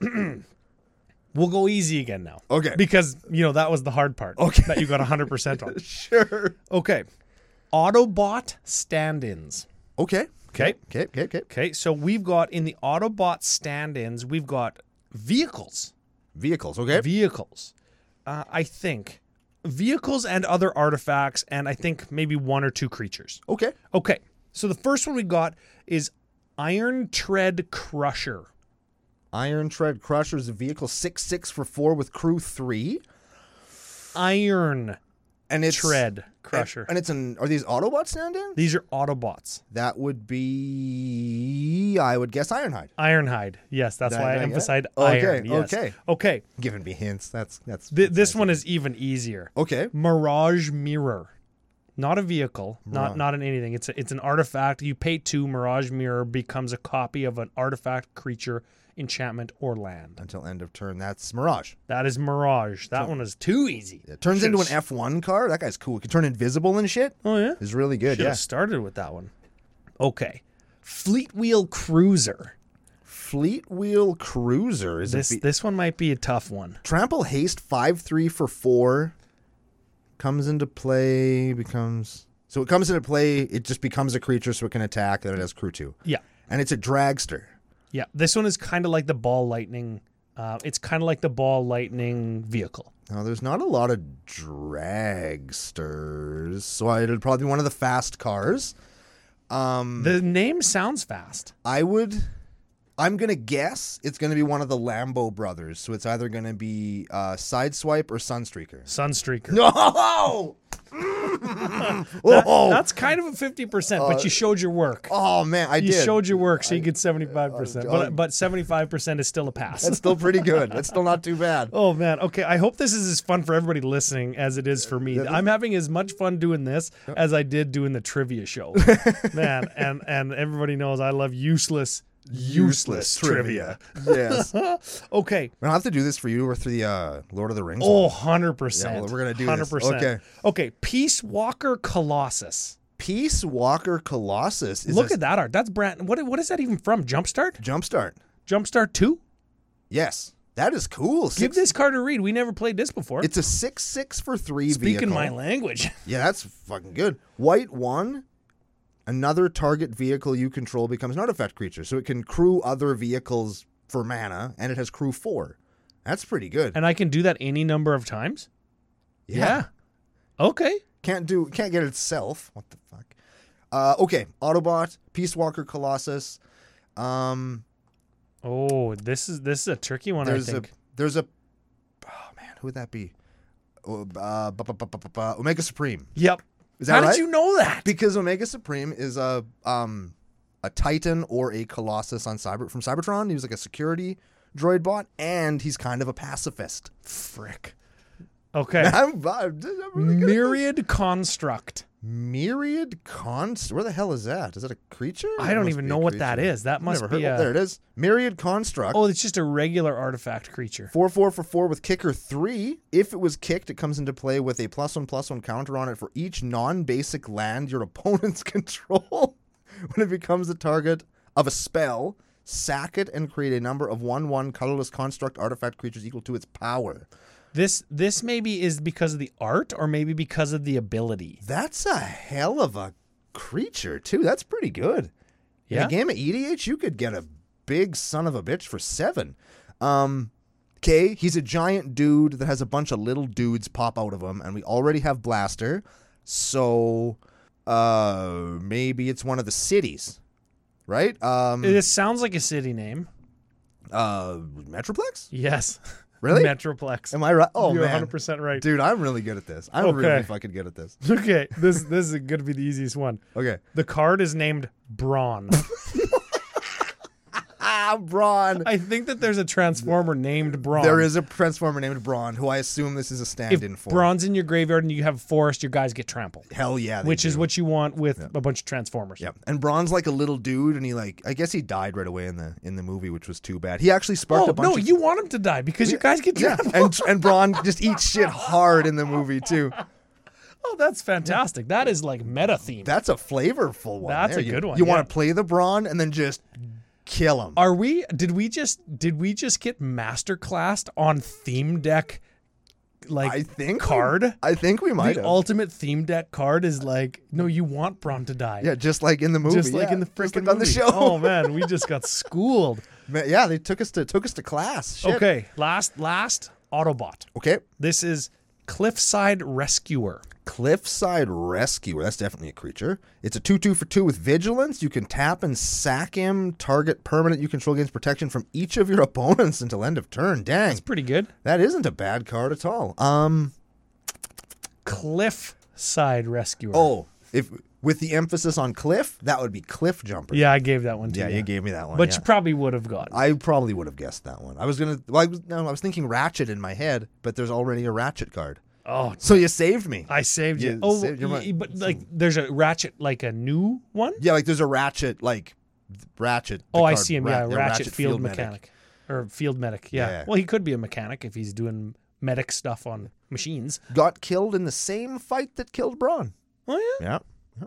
B: we'll go easy again now.
A: Okay.
B: Because, you know, that was the hard part. Okay. That you got 100% on.
A: Sure.
B: Okay. Autobot stand ins.
A: Okay.
B: Okay.
A: Okay. Okay. Okay.
B: Okay. So we've got in the Autobot stand ins, we've got vehicles.
A: Vehicles. Okay.
B: Vehicles. Uh, I think vehicles and other artifacts, and I think maybe one or two creatures.
A: okay.
B: Okay. So the first one we got is Iron Tread Crusher.
A: Iron Tread Crusher is a vehicle six six for four with crew three,
B: Iron
A: and it's
B: Tread
A: and-
B: Crusher.
A: And it's an are these Autobots stand in?
B: These are Autobots.
A: That would be I would guess Ironhide.
B: Ironhide. Yes, that's
A: Did I
B: why I
A: not get it?
B: emphasized
A: Okay,
B: iron. yes.
A: okay.
B: Okay.
A: Giving me hints. That's that's
B: Th- this one is even easier.
A: okay.
B: Mirage Mirror. Not a vehicle, not not an anything. It's a, it's an artifact. You pay two. Mirage Mirror becomes a copy of an artifact, creature, enchantment, or land.
A: Until end of turn, that's Mirage.
B: That is Mirage. That one is too easy.
A: It turns into an F one car. That guy's cool. It can turn invisible and shit.
B: Oh yeah.
A: It's really good.
B: Should
A: yeah.
B: have started with that one. Okay. Fleet Wheel Cruiser.
A: Fleet Wheel Cruiser is a
B: This
A: ve-
B: this one might be a tough one.
A: Trample haste five three for four comes into play becomes so it comes into play it just becomes a creature so it can attack and it has crew two
B: Yeah.
A: and it's a dragster
B: Yeah, this one is kind of like the ball lightning. Uh, it's kind of like the ball lightning vehicle.
A: now there's not a lot of dragsters so it'll probably be one of the fast cars Hmm.
B: The name sounds fast.
A: I would. I'm gonna guess it's gonna be one of the Lambo brothers. So it's either gonna be uh, Sideswipe or Sunstreaker.
B: Sunstreaker.
A: No. oh,
B: That's kind of a fifty percent, but you showed your work.
A: oh man, Uh, I
B: You
A: did.
B: showed your work, so you get seventy five percent. But but seventy five percent is still a
A: That's
B: pass.
A: still pretty good. That's still not too bad.
B: Oh man. Okay. I hope this is as fun for everybody listening as it is for me. I'm having as much fun doing this as I did doing the trivia show. man, and and everybody knows I love useless useless, trivia.
A: yes. We
B: Okay.
A: don't have to do this for you or for the uh, Lord of the Rings.
B: Oh, 100%.
A: Yeah, well, we're gonna do this.
B: 100%.
A: Okay.
B: Okay, Peace Walker Colossus.
A: Peace Walker Colossus is
B: Look
A: a
B: at that art. That's brand What what is that even from? Jumpstart?
A: jumpstart.
B: Jumpstart 2?
A: Yes, that is cool.
B: Give
A: Six,
B: this card a read. We never played this before.
A: it's a six six for three.
B: Speaking
A: vehicle.
B: my language.
A: Yeah, that's fucking good. White one, another target vehicle you control becomes an artifact creature, so it can crew other vehicles for mana, and it has crew four. That's pretty good.
B: And I can do that any number of times? Okay.
A: can't do can't get itself. What the fuck? Uh, okay, Autobot, Peace Walker, Colossus. Um,
B: Oh, this is this is a tricky one,
A: there's
B: I
A: a
B: think.
A: there's a oh man, who would that be? Oh, Uh, bu- bu- bu- bu- bu- bu- Omega Supreme.
B: Yep.
A: Is that
B: How
A: right?
B: did you know that?
A: Because Omega Supreme is a um a Titan or a Colossus on Cyber from Cybertron. He was like a security droid bot, and he's kind of a pacifist.
B: Frick. Okay.
A: I'm, I'm, I'm really good.
B: Myriad Construct.
A: Myriad Const. Where the hell is that? Is that a creature?
B: I don't even know what that is. That must
A: Never heard.
B: be
A: of
B: a,
A: There it is. Myriad Construct.
B: Oh, it's just a regular artifact creature.
A: Four four for four with kicker three. If it was kicked, it comes into play with a plus one plus one counter on it for each non-basic land your opponents control. when it becomes the target of a spell, sack it and create a number of one one colorless construct artifact creatures equal to its power.
B: This this maybe is because of the art or maybe because of the ability.
A: That's a hell of a creature too. That's pretty good. In
B: Yeah.
A: a game of EDH, you could get a big son of a bitch for seven. Um, okay, he's a giant dude that has a bunch of little dudes pop out of him, and we already have Blaster, so uh, maybe it's one of the cities, right? Um,
B: Hmm. This sounds like a city name.
A: Uh, Metroplex?
B: Yes.
A: Really?
B: Metroplex.
A: Am I right? Oh
B: You're
A: man,
B: 100% right.
A: dude, I'm really good at this. I'm really
B: Okay.
A: fucking good at this.
B: Okay, this this is going to be the easiest one.
A: Okay,
B: The card is named Brawn.
A: ah, Braun.
B: I think that there's a transformer named Brawn.
A: There is a transformer named Braun, who I assume this is a
B: If
A: stand-in for.
B: Brawn's in your graveyard and you have forest, your guys get trampled,
A: Hell yeah, they
B: which is
A: do.
B: what you want with a bunch of transformers.
A: Yep. And Braun's like a little dude, and he like I guess he died right away in the in the movie, which was too bad. He actually sparked
B: Oh,
A: a bunch
B: no,
A: of
B: you want him to die because your guys get
A: yeah.
B: trampled.
A: And and Braun just eats shit hard in the movie too.
B: Oh, that's fantastic. That is like meta theme.
A: That's a flavorful one.
B: That's
A: there.
B: a
A: You-
B: good one,
A: You want
B: yeah.
A: to play the Braun and then just kill him.
B: Are we did we just did we just get masterclassed on theme deck like
A: I think we-
B: card?
A: I think we might.
B: The
A: have.
B: ultimate theme deck card is like, no, you want Braun to die.
A: yeah, just like in the movie.
B: just like
A: yeah.
B: in the freaking
A: just like on the
B: movie.
A: show.
B: Oh man, we just got schooled.
A: Man, yeah, they took us to took us to class. Shit.
B: Okay, last last Autobot.
A: Okay.
B: This is Cliffside Rescuer.
A: Cliffside Rescuer. That's definitely a creature. It's a 2 2 for 2 with vigilance. You can tap and sack him, target permanent you control gains protection from each of your opponents until end of turn. Dang.
B: Pretty good.
A: That isn't a bad card at all. Um
B: Cliffside Rescuer.
A: oh, if with the emphasis on cliff, that would be cliff jumper.
B: yeah, I gave that one to
A: Yeah,
B: you.
A: you gave me that one.
B: but
A: yeah.
B: you probably would have got.
A: I probably would have guessed that one. I was gonna. Well, I was, no, I was thinking Ratchet in my head, but there's already a Ratchet card.
B: Oh,
A: So you saved me.
B: I saved you.
A: Yeah,
B: oh,
A: saved your
B: y-
A: money.
B: y- but like, there's a ratchet, like a new one.
A: yeah, like there's a Ratchet, like Ratchet. the
B: oh, I
A: card,
B: see him.
A: Ra-
B: yeah, ratchet, field,
A: Medic.
B: mechanic or field medic. Yeah.
A: Yeah.
B: Well, he could be a mechanic if he's doing medic stuff on machines.
A: got killed in the same fight that killed Braun.
B: Oh yeah.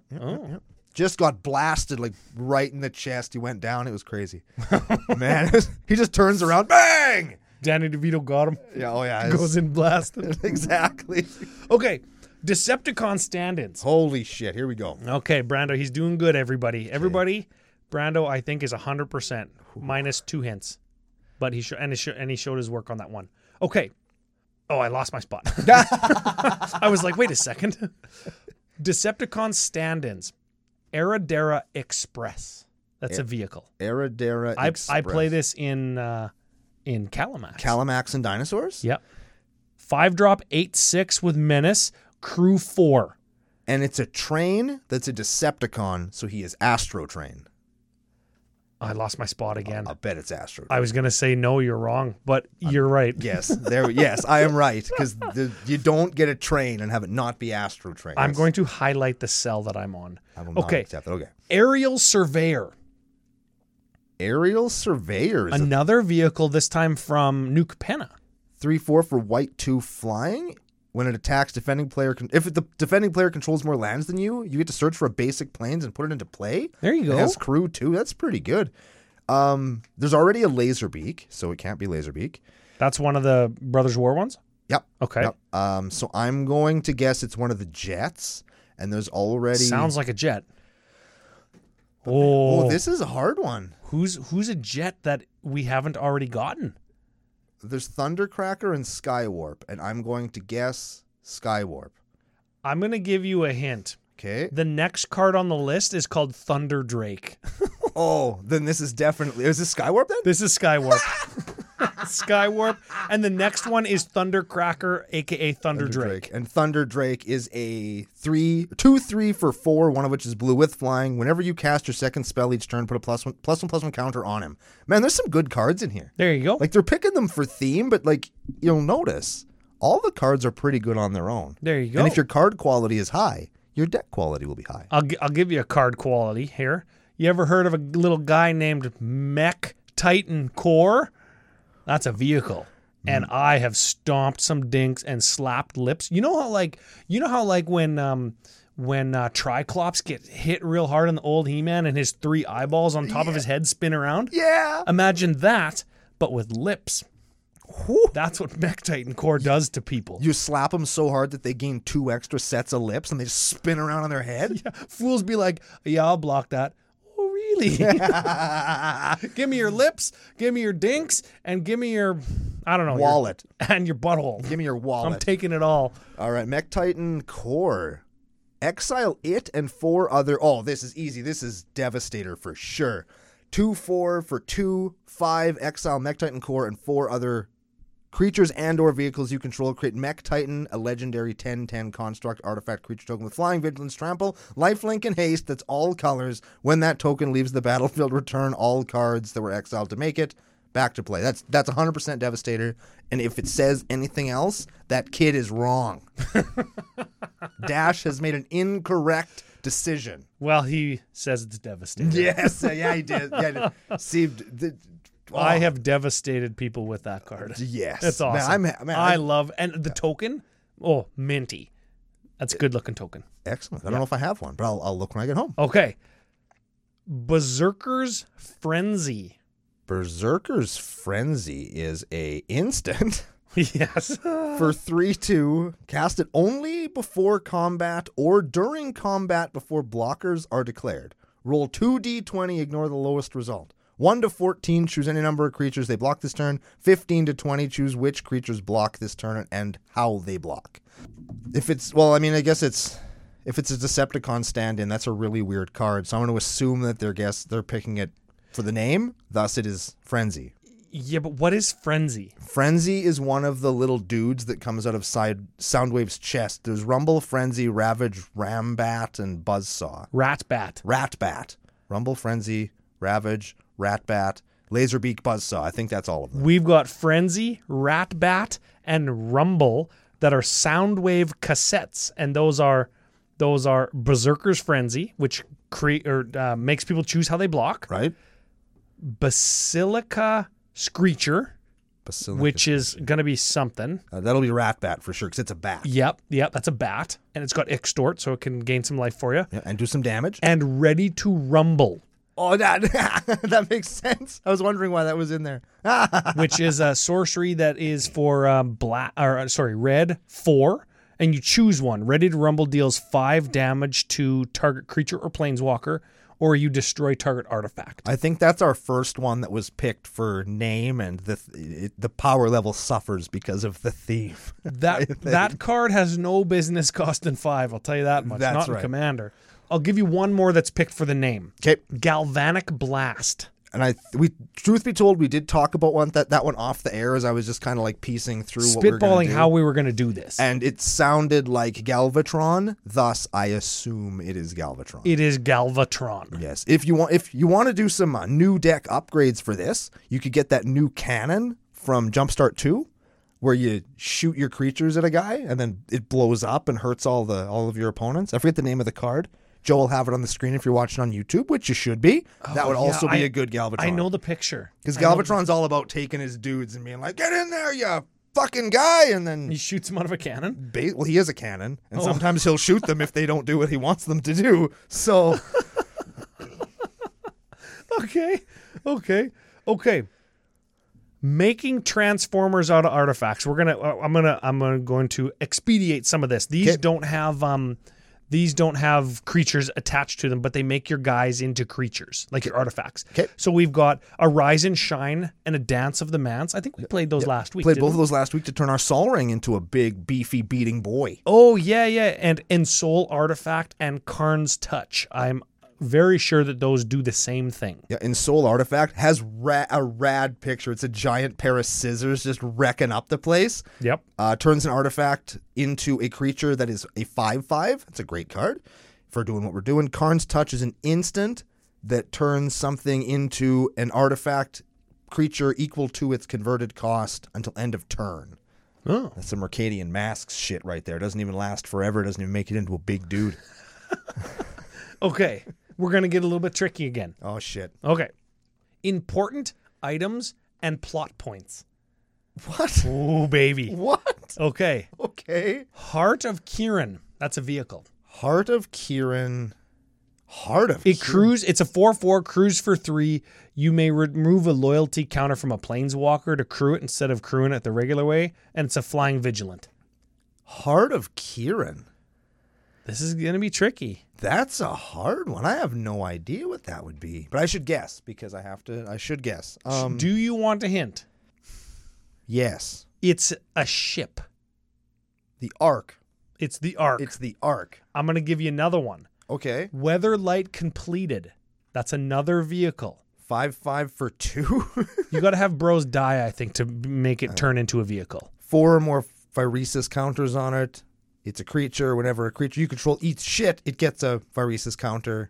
A: Yeah.
B: Oh.
A: Just got blasted like right in the chest. He went down. It was crazy. Man, it was- he just turns around, bang!
B: Danny DeVito got him.
A: Yeah, oh yeah. it's-
B: Goes in blasted.
A: exactly.
B: okay, Decepticon stand-ins.
A: Holy shit, here we go.
B: Okay, Brando, he's doing good. Everybody, everybody, Brando, I think is hundred percent minus two hints, but he sho- and he, sho- and he showed his work on that one. Okay, oh, I lost my spot. I was like, wait a second, Decepticon stand-ins, Aradera Express. That's a vehicle.
A: Aradera
B: I I
A: Express.
B: play this in uh, in Calamax.
A: Calamax and Dinosaurs?
B: yep, five drop eight six with menace crew four.
A: And it's a train that's a Decepticon, so he is Astro Train.
B: I lost my spot again.
A: I'll bet it's Astro Train.
B: I was gonna say no, you're wrong, but you're right.
A: Yes, there. Yes, I am right because you don't get a train and have it not be Astro Train.
B: I'm going to highlight the cell that I'm on.
A: I will not
B: Okay,
A: accept it. Okay.
B: aerial surveyor,
A: Aerial Surveyor is a
B: another vehicle this time from Nuke Penna.
A: three four for white two flying. When it attacks, defending player con- if the defending player controls more lands than you, you get to search for a basic planes and put it into play.
B: There you
A: It
B: go.
A: has crew too. That's pretty good. Um, there's already a laser beak, so it can't be laser beak.
B: That's one of the Brothers War ones.
A: Yep.
B: Okay,
A: Yep. Um, so I'm going to guess it's one of the jets, and there's already
B: sounds like a jet.
A: Oh,
B: Oh,
A: this is a hard one.
B: who's who's a jet that we haven't already gotten?
A: There's Thundercracker and Skywarp, and I'm going to guess Skywarp.
B: I'm gonna give you a hint.
A: Okay.
B: The next card on the list is called Thunder Drake.
A: Oh, then this is definitely is this Skywarp then?
B: This is Skywarp. Skywarp. And the next one is Thundercracker, aka Thunder, Drake.
A: And Thunder Drake is a three, two, three for four, one of which is blue with flying. Whenever you cast your second spell each turn, put a plus one, plus one, plus one counter on him. Man, there's some good cards in here.
B: There you go.
A: Like they're picking them for theme, but like you'll notice all the cards are pretty good on their own.
B: there you go.
A: And if your card quality is high, your deck quality will be high.
B: I'll, gi- I'll give you a card quality here. You ever heard of a little guy named Mech Titan Core? That's a vehicle.
A: Hmm.
B: And I have stomped some dinks and slapped lips. You know how like you know how like when um when uh, Triclops get hit real hard on the old He-Man and his three eyeballs on top of his head spin around?
A: Yeah.
B: Imagine that, but with lips. That's what Mech Titan Core does to people.
A: You slap them so hard that they gain two extra sets of lips and they just spin around on their head.
B: Fools be like, yeah, I'll block that. Oh, really? give me your lips, give me your dinks, and give me your, I don't know, your-
A: Wallet.
B: and your butthole.
A: Give me your wallet.
B: I'm taking it all.
A: All right, Mech Titan Core. Exile it and four other. Oh, this is easy. This is Devastator for sure. two four for two five exile Mech Titan core and four other creatures and or vehicles you control create Mech Titan, a legendary 10-10 construct artifact creature token with flying, vigilance, trample, lifelink, and haste. That's all colors. When that token leaves the battlefield, return all cards that were exiled to make it back to play. That's that's 100% Devastator. And if it says anything else, that kid is wrong. Dash has made an incorrect decision.
B: Well, he says it's devastating.
A: Yes, yeah, he did. Yeah, he did. See, the,
B: I have devastated people with that card.
A: Yes,
B: That's
A: Man,
B: awesome.
A: I'm ha- man,
B: I
A: I-
B: love and the token. Oh, minty. That's a good looking token.
A: excellent. I don't know if I have one, but I'll, I'll look when I get home.
B: Okay. Berserker's Frenzy.
A: Berserker's Frenzy is a instant
B: yes.
A: for three two. Cast it only before combat or during combat before blockers are declared. Roll two d20. Ignore the lowest result. One to fourteen. Choose any number of creatures they block this turn. Fifteen to twenty. Choose which creatures block this turn and how they block. If it's well, I mean, I guess it's. If it's a Decepticon stand-in, that's a really weird card. So I'm going to assume that they're guess they're picking it for the name. Thus, it is Frenzy.
B: yeah, but what is Frenzy?
A: Frenzy is one of the little dudes that comes out of side Soundwave's chest. There's Rumble, Frenzy, Ravage, Rambat, and Buzzsaw.
B: Ratbat.
A: Ratbat. Rumble, Frenzy, Ravage, Ratbat, Laserbeak, Buzzsaw. I think that's all of them.
B: We've got Frenzy, Ratbat, and Rumble that are Soundwave cassettes, and those are those are Berserker's Frenzy, which create or uh, makes people choose how they block.
A: Right?
B: Basilica Screecher,
A: Basilica.
B: which is going to be something.
A: Uh, that'll be Ratbat for sure, because it's a bat.
B: Yep, yep, that's a bat, and it's got extort, so it can gain some life for you.
A: Yeah, and do some damage.
B: And ready to rumble,
A: Oh, that, that makes sense. I was wondering why that was in there.
B: which is a sorcery that is for um, black or uh, sorry, red four, and you choose one. Ready to rumble deals five damage to target creature or planeswalker, or you destroy target artifact.
A: I think that's our first one that was picked for name, and the th- it, the power level suffers because of the theme.
B: That that card has no business costing five. I'll tell you that much.
A: That's
B: Not in
A: right.
B: commander. I'll give you one more that's picked for the name.
A: Okay,
B: Galvanic blast.
A: and I we truth be told we did talk about one that that one off the air as I was just kind of like piecing through what we were gonna
B: Spitballing
A: do.
B: how we were going to do this.
A: and it sounded like Galvatron thus I assume it is Galvatron
B: It is Galvatron.
A: yes if you want if you want to do some uh, new deck upgrades for this you could get that new cannon from Jumpstart 2 where you shoot your creatures at a guy and then it blows up and hurts all the all of your opponents I forget the name of the card Joe will have it on the screen if you're watching on YouTube which you should be that would also
B: Oh, I-
A: be a good Galvatron
B: I know the picture.
A: Because
B: I know
A: Galvatron's all about taking his dudes and being like, get in there, you fucking guy. And
B: the-
A: then,
B: He shoots him out of a cannon.
A: ba- well, he is a cannon. And
B: Oh.
A: sometimes he'll shoot them if they don't do what he wants them to do. So,
B: Okay. Okay. Okay. Making transformers out of artifacts. We're gonna. uh, I'm gonna. I'm gonna going to expedite some of this. These
A: Okay.
B: don't have. Um, these don't have creatures attached to them, but they make your guys into creatures, like your artifacts.
A: Okay.
B: So we've got a rise and shine and a dance of the manse. I think we played those last week.
A: played
B: didn't
A: both
B: we?
A: of those last week to turn our Sol Ring into a big, beefy, beating boy.
B: Oh yeah, yeah, and and Soul Artifact and Karn's Touch. I'm very sure that those do the same thing.
A: Yeah, and Soul Artifact has ra- a rad picture. It's a giant pair of scissors just wrecking up the place.
B: Yep.
A: Uh, turns an artifact into a creature that is a 5 5. That's a great card for doing what we're doing. Karn's Touch is an instant that turns something into an artifact creature equal to its converted cost until end of turn.
B: Oh.
A: That's some Mercadian masks shit right there. Doesn't even last forever. Doesn't even make it into a big dude.
B: Okay. We're gonna get a little bit tricky again.
A: Oh shit!
B: Okay. Important items and plot points.
A: What?
B: Oh baby.
A: What?
B: Okay.
A: Okay.
B: Heart of Kieran. That's a vehicle.
A: Heart of Kieran. Heart of
B: It cruise. It's a four four cruise for three. You may remove a loyalty counter from a planeswalker to crew it instead of crewing it the regular way, and it's a flying vigilant.
A: Heart of Kieran.
B: This is gonna be tricky.
A: That's a hard one. I have no idea what that would be, but I should guess because I have to. I should guess. Um,
B: Do you want a hint?
A: yes,
B: It's a ship.
A: the arc.
B: It's the Ark.
A: It's the arc.
B: I'm going to give you another one.
A: Okay,
B: Weatherlight completed. That's another vehicle.
A: Five five for two.
B: You got to have bros die, I think, to b- make
A: Uh,
B: it turn into a vehicle.
A: Four or more Viresis counters on it. It's a creature. Whenever a creature you control eats shit, it gets a Viresis counter.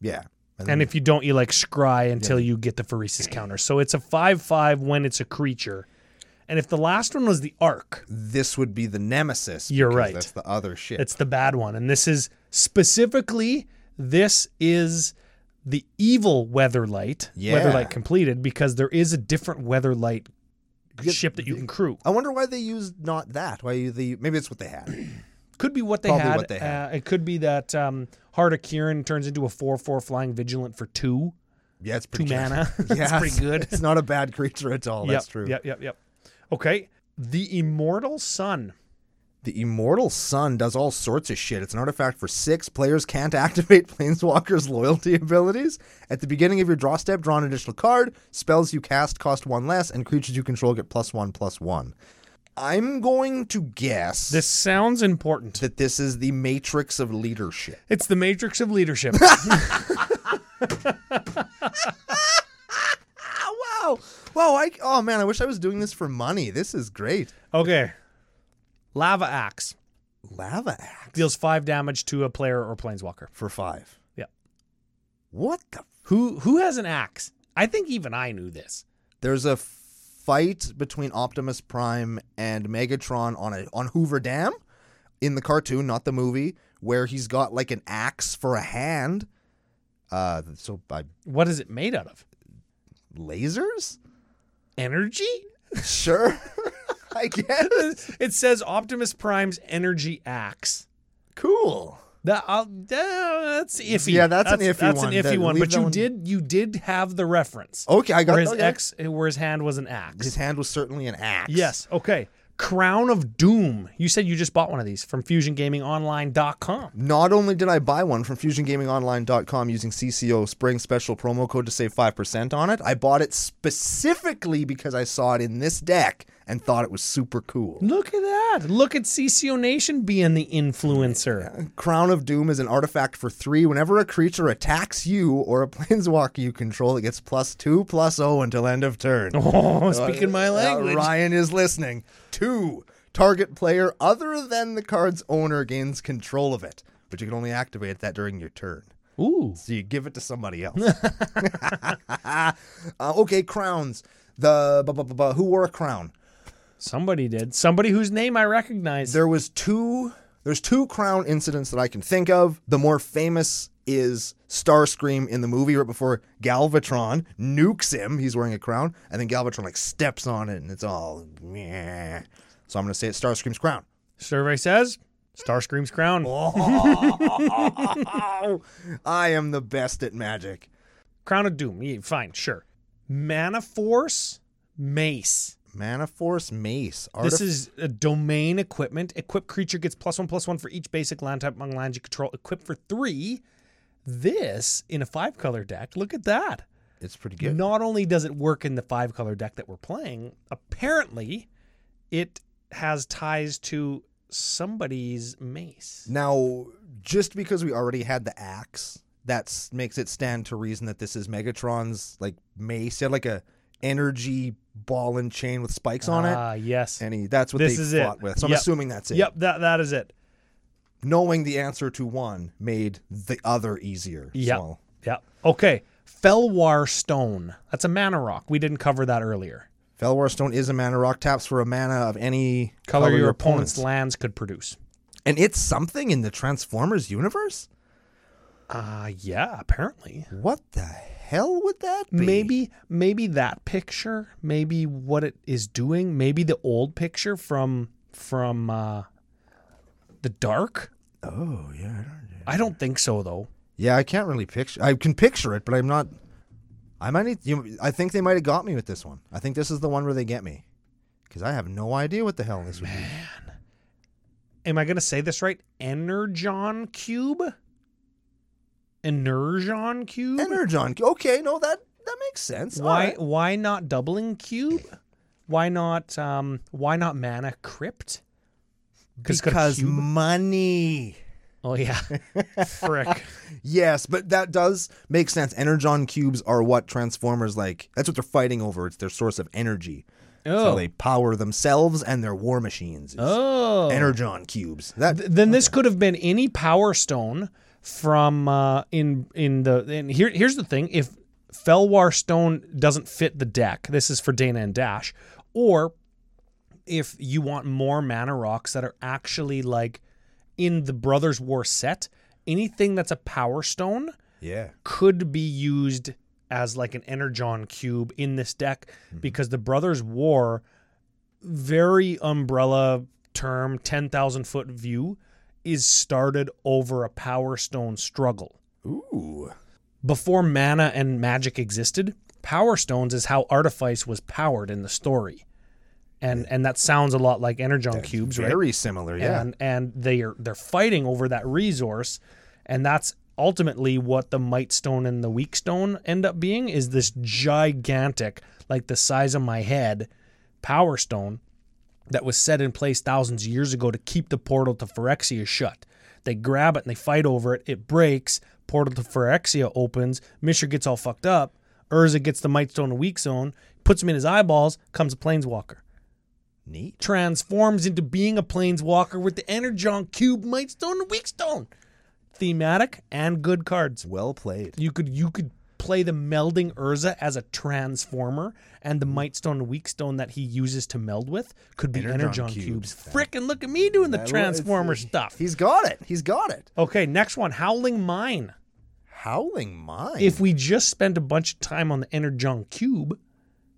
A: Yeah. then-
B: And if you don't, you like scry until you get the Phoresis counter. So it's a 5 5 when it's a creature. And if the last one was the Arc,
A: this would be the nemesis.
B: You're
A: because
B: right.
A: That's the other shit.
B: it's the bad one. And this is specifically, this is the evil Weatherlight.
A: Yeah.
B: Weatherlight completed because there is a different Weatherlight
A: Get-
B: ship that you can crew.
A: I wonder why they used not that. Why you- the maybe it's what they had.
B: Could be what they
A: Probably
B: had.
A: what they had.
B: Uh, it could be that um, Heart of Kieran turns into a 4 4 flying vigilant for two,
A: Yeah, it's
B: two
A: pretty good.
B: mana.
A: Yeah,
B: That's pretty good.
A: It's not a bad creature at all. That's
B: yep,
A: true.
B: Yep, yep, yep. Okay. The Immortal Sun.
A: The Immortal Sun does all sorts of shit. It's an artifact for six. Players can't activate Planeswalker's loyalty abilities. At the beginning of your draw step, draw an additional card. Spells you cast cost one less, and creatures you control get plus one, plus one. I'm going to guess
B: This sounds important.
A: that this is the matrix of leadership.
B: It's the matrix of leadership.
A: Ah, wow. Wow, I, oh man, I wish I was doing this for money. This is great.
B: okay. Lava Axe
A: Lava Axe
B: deals five damage to a player or planeswalker.
A: for five.
B: Yeah.
A: What the?
B: Who who has an axe? I think even I knew this.
A: There's a fight between Optimus Prime and Megatron on a on Hoover Dam in the cartoon, not the movie, where he's got like an axe for a hand. Uh, so by
B: What is it made out of?
A: lasers?
B: Energy?
A: Sure, I guess.
B: It says Optimus Prime's energy axe.
A: Cool.
B: That, I'll- that- that's iffy.
A: Yeah, that's an iffy
B: that's
A: one.
B: an iffy
A: That-
B: one.
A: leave
B: But
A: that
B: you
A: one-
B: did you did have the reference.
A: Okay, I got
B: where his
A: okay.
B: ex, where his hand was an axe.
A: His hand was certainly an axe.
B: Yes. Okay. Crown of Doom. You said you just bought one of these from FusionGamingOnline.com.
A: Not only did I buy one from FusionGamingOnline.com using CCO Spring special promo code to save 5% on it, I bought it specifically because I saw it in this deck and thought it was super cool.
B: Look at that. Look at CCO Nation being the influencer.
A: Crown of Doom is an artifact for three. Whenever a creature attacks you or a planeswalker you control, it gets plus two, plus oh until end of turn.
B: Oh, speaking my
A: Uh,
B: language.
A: Ryan is listening. Two, target player other than the card's owner gains control of it, but you can only activate that during your turn.
B: Ooh.
A: So you give it to somebody else. uh, okay, crowns. The bu- bu- bu- bu- who wore a crown?
B: Somebody did. Somebody whose name I recognize.
A: There was two. There's two crown incidents that I can think of. The more famous is Starscream in the movie right before Galvatron nukes him. He's wearing a crown, and then Galvatron like steps on it, and it's all. meh. So I'm gonna say it's Starscream's crown.
B: Survey says Starscream's crown.
A: I am the best at magic.
B: Crown of Doom. Yeah, fine, sure. Mana Force Mace.
A: Mana Force Mace.
B: This is a domain equipment. Equipped creature gets plus one plus one for each basic land type among lands you control. Equipped for three. This in a five color deck. Look at that.
A: it's pretty good.
B: Not only does it work in the five color deck that we're playing, apparently it has ties to somebody's mace.
A: Now, just because we already had the axe, that makes it stand to reason that this is Megatron's like mace. He had like a energy ball and chain with spikes on it,
B: Ah, yes.
A: and he, that's what
B: This
A: they
B: is it.
A: fought with. So I'm
B: Yep.
A: assuming that's it.
B: Yep, that that is it.
A: Knowing the answer to one made the other easier.
B: Yep.
A: So,
B: Yep. Okay. Felwar Stone. That's a mana rock. We didn't cover that earlier.
A: Felwar Stone is a mana rock. Taps for a mana of any
B: Color, your, opponent's lands could produce.
A: and it's something in the Transformers universe. Ah.
B: Uh yeah, apparently.
A: What the hell would that be?
B: Maybe maybe that picture, maybe what it is doing, maybe the old picture from from uh the dark?
A: Oh yeah. I don't
B: I don't think so though.
A: Yeah, I can't really picture. I can picture it, but I'm not. I might need. You, I think they might have got me with this one. I think this is the one where they get me, because I have no idea what the hell this would be.
B: Am I going to say this right? Energon cube? Energon cube?
A: Energon. Okay, no, that that makes sense. All
B: why
A: right.
B: why not doubling cube? Why not um why not mana crypt? 'Cause it's got a
A: Because
B: cube.
A: money.
B: Oh yeah, frick.
A: Yes, but that does make sense. Energon cubes are what Transformers like. That's what they're fighting over. It's their source of energy. So
B: Oh.
A: they power themselves and their war machines. is
B: Oh.
A: Energon cubes. That
B: then this could have been any power stone from uh, in in the and here here's the thing if Felwar stone doesn't fit the deck this is for Dana and Dash or if you want more mana rocks that are actually like in the Brothers War set anything that's a power stone
A: yeah.
B: could be used as like an energon cube in this deck because the brothers war very umbrella term 10,000 foot view is started over a power stone struggle
A: Ooh.
B: before mana and magic existed power stones is how artifice was powered in the story and and that sounds a lot like energon cubes right
A: Very similar. Yeah.
B: and and they are they're fighting over that resource and that's ultimately what the might stone and the weak stone end up being is this gigantic like the size of my head power stone that was set in place thousands of years ago to keep the portal to Phyrexia shut. They grab it and they fight over it. It breaks. Portal to Phyrexia opens. Mishra gets all fucked up. Urza gets the Might Stone and Weak Zone, puts him in his eyeballs, comes a Planeswalker
A: Neat.
B: transforms into being a planeswalker with the Energon Cube, Might Stone, and Weak Stone. Thematic and good cards.
A: Well played.
B: You could you could play the melding Urza as a transformer, and the Might Stone and Weak Stone that he uses to meld with could be
A: Energon
B: Energon,
A: cubes.
B: cubes. Frickin' look at me doing the transformer stuff.
A: uh, He's got it. He's got it.
B: Okay, next one, Howling Mine.
A: Howling Mine.
B: If we just spent a bunch of time on the Energon Cube,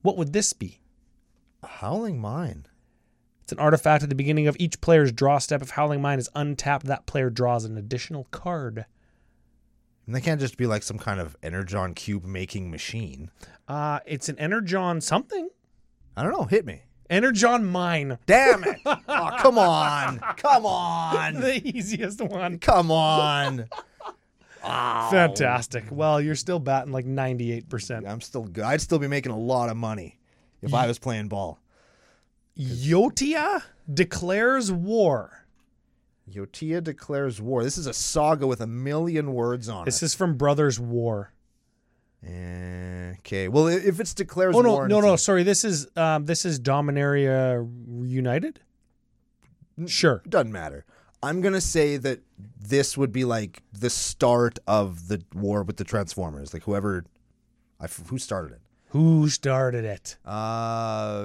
B: what would this be?
A: Howling Mine.
B: It's an artifact at the beginning of each player's draw step. If Howling Mine is untapped, that player draws an additional card.
A: And they can't just be like some kind of energon cube making machine.
B: Uh, it's an Energon something.
A: I don't know. Hit me.
B: Energon Mine.
A: Damn it. oh, come on. Come on.
B: The easiest one.
A: Come on.
B: Fantastic. Well, you're still batting like 98%.
A: I'm still good. I'd still be making a lot of money if I was playing ball.
B: Yotia declares war.
A: Yotia declares war. This is a saga with a million words on
B: This
A: it.
B: is from Brothers War.
A: Eh, okay. Well, i- if it's declares
B: Oh no,
A: war,
B: no,
A: it's a-
B: no. Sorry, this is um, this is Dominaria United. Sure.
A: doesn't matter. I'm gonna say that this would be like the start of the war with the Transformers. Like whoever, I f- who started it?
B: Who started it?
A: Uh,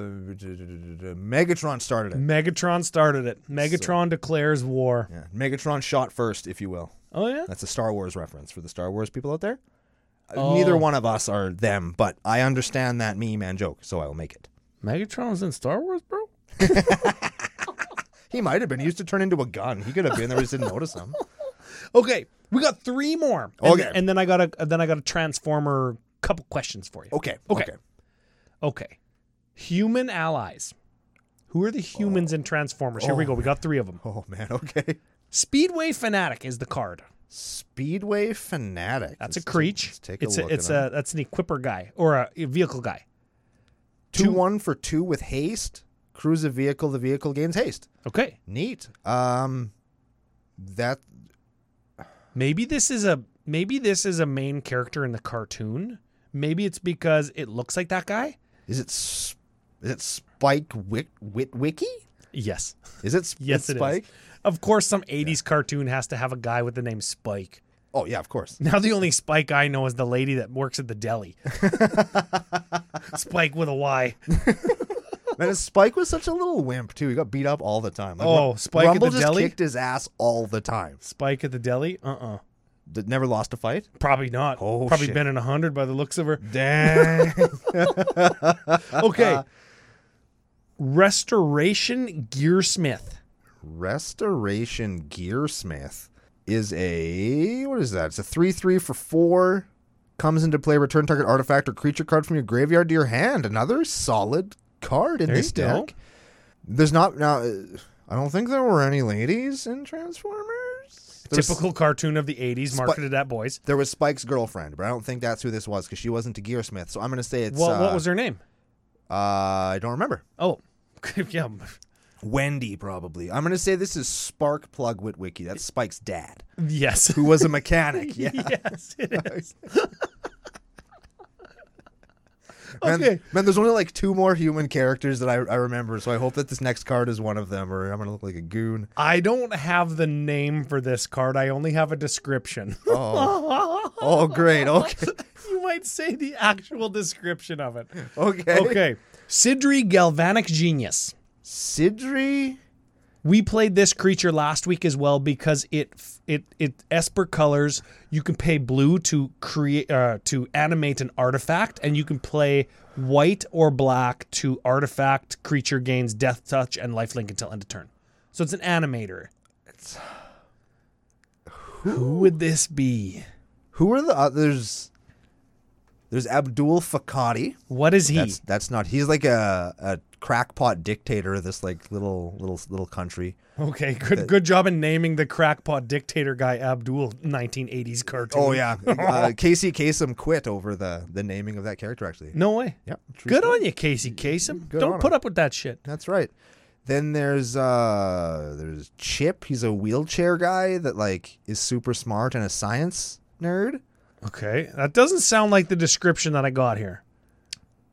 A: Megatron started it.
B: Megatron started it. Megatron declares war.
A: Yeah, Megatron shot first, if you will.
B: Oh yeah.
A: That's a Star Wars reference for the Star Wars people out there. Uh, Neither one of us are them, but I understand that meme and joke, so I will make it.
B: Megatron was in Star Wars, bro?
A: He might have been. He used to turn into a gun. He could have been there. We just didn't notice him.
B: Okay, we got three more. And
A: Okay.
B: th- and then I got a then I got a Transformer couple questions for you.
A: Okay.
B: Okay. Okay, human allies. Who are the humans in Transformers? Here we go. We got three of them.
A: Oh man. Okay.
B: Speedway Fanatic is the card.
A: Speedway fanatic.
B: That's a creech.
A: Let's take a
B: it's
A: look
B: A, it's
A: at
B: a that's an equipper guy or a vehicle guy.
A: two one for two with haste. Cruise a vehicle. The vehicle gains haste.
B: Okay,
A: Neat. Um, that
B: maybe this is a maybe this is a main character in the cartoon. Maybe it's because it looks like that guy.
A: is it. s- Is it Spike Wit Witwicky?
B: Yes.
A: Is it? s-
B: Yes, it is.
A: Spike?
B: Of course, some 80s cartoon has to have a guy with the name Spike.
A: Oh yeah, of course.
B: Now, the only Spike I know is the lady that works at the deli. Spike with a Y.
A: Man, Spike was such a little wimp too. He got beat up all the time. Like,
B: Oh,
A: Ru-
B: Spike at
A: Rumble
B: the
A: just
B: deli?
A: kicked his ass all the time.
B: Spike at the deli? Uh uh
A: That never lost a fight.
B: Probably not.
A: Oh,
B: Probably
A: shit.
B: been in a 100 by the looks of her.
A: Dang. Uh.
B: Okay. Restoration Gearsmith.
A: Restoration Gearsmith is a what is that? It's a three three for four. Comes into play, return target artifact or creature card from your graveyard to your hand. Another solid card in
B: There you
A: this
B: go.
A: deck. There's not now. uh, I don't think there were any ladies in Transformers. There was-
B: Typical cartoon of the 80s marketed at boys.
A: there was Spike's girlfriend, but I don't think that's who this was because she wasn't a Gearsmith. So I'm gonna say it's.
B: Well,
A: uh,
B: what was her name?
A: Uh, I don't remember.
B: Oh, yeah.
A: Wendy, probably. I'm going to say this is Spark Plug Witwicky. That's Spike's dad,
B: Yes.
A: who was a mechanic. Yeah.
B: yes, it is.
A: Man,
B: Okay.
A: man, there's only like two more human characters that I, I remember, so I hope that this next card is one of them, or I'm going to look like a goon.
B: I don't have the name for this card. I only have a description.
A: Oh, oh great. Okay.
B: you might say the actual description of it.
A: Okay.
B: Okay. Sidri Galvanic Genius.
A: Sidri?
B: We played this creature last week as well because it it it Esper colors. You can pay blue to create uh, to animate an artifact, and you can play white or black to artifact creature gains death touch and lifelink until end of turn. So it's an animator. Who would this be?
A: Who are the others? There's Abdul Fakati.
B: What is he?
A: That's that's not. He's like a, a crackpot dictator of this like little little little country.
B: okay, good good job in naming the crackpot dictator guy Abdul 1980s cartoon.
A: Oh yeah, uh, Casey Kasem quit over the the naming of that character actually.
B: No way.
A: Yeah, true
B: Good
A: story.
B: on you, Casey Kasem.
A: Good on
B: Don't put
A: him.
B: up with that shit.
A: That's right. Then there's uh there's Chip. He's a wheelchair guy that like is super smart and a science nerd.
B: Okay, that doesn't sound like the description that I got here.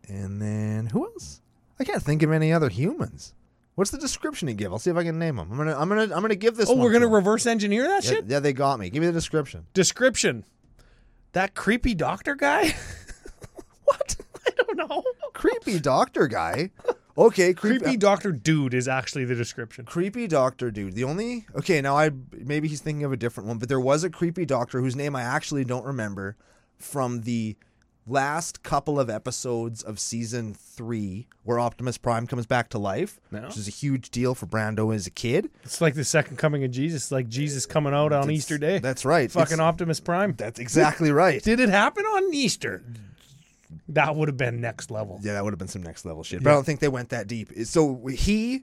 A: And then who else? I can't think of any other humans. What's the description you give? I'll see if I can name them. I'm gonna I'm gonna I'm gonna give this.
B: Oh,
A: Oh,
B: we're gonna reverse engineer that
A: yeah,
B: shit.
A: yeah, they got me. Give me the description.
B: Description: That creepy doctor guy. what? I don't know.
A: Creepy doctor guy. Okay, creepy.
B: Creepy doctor dude is actually the description.
A: creepy doctor dude. The only okay now I maybe he's thinking of a different one, but there was a creepy doctor whose name I actually don't remember from the last couple of episodes of season three where Optimus Prime comes back to life,
B: No.
A: which is a huge deal for Brando as a kid.
B: It's like the second coming of Jesus, like Jesus coming out on Easter Day.
A: That's right.
B: Fucking
A: It's-
B: Optimus Prime.
A: That's exactly right.
B: Did it happen on Easter? That would have been next level.
A: Yeah, that would have been some next level shit. But I don't think they went that deep. So he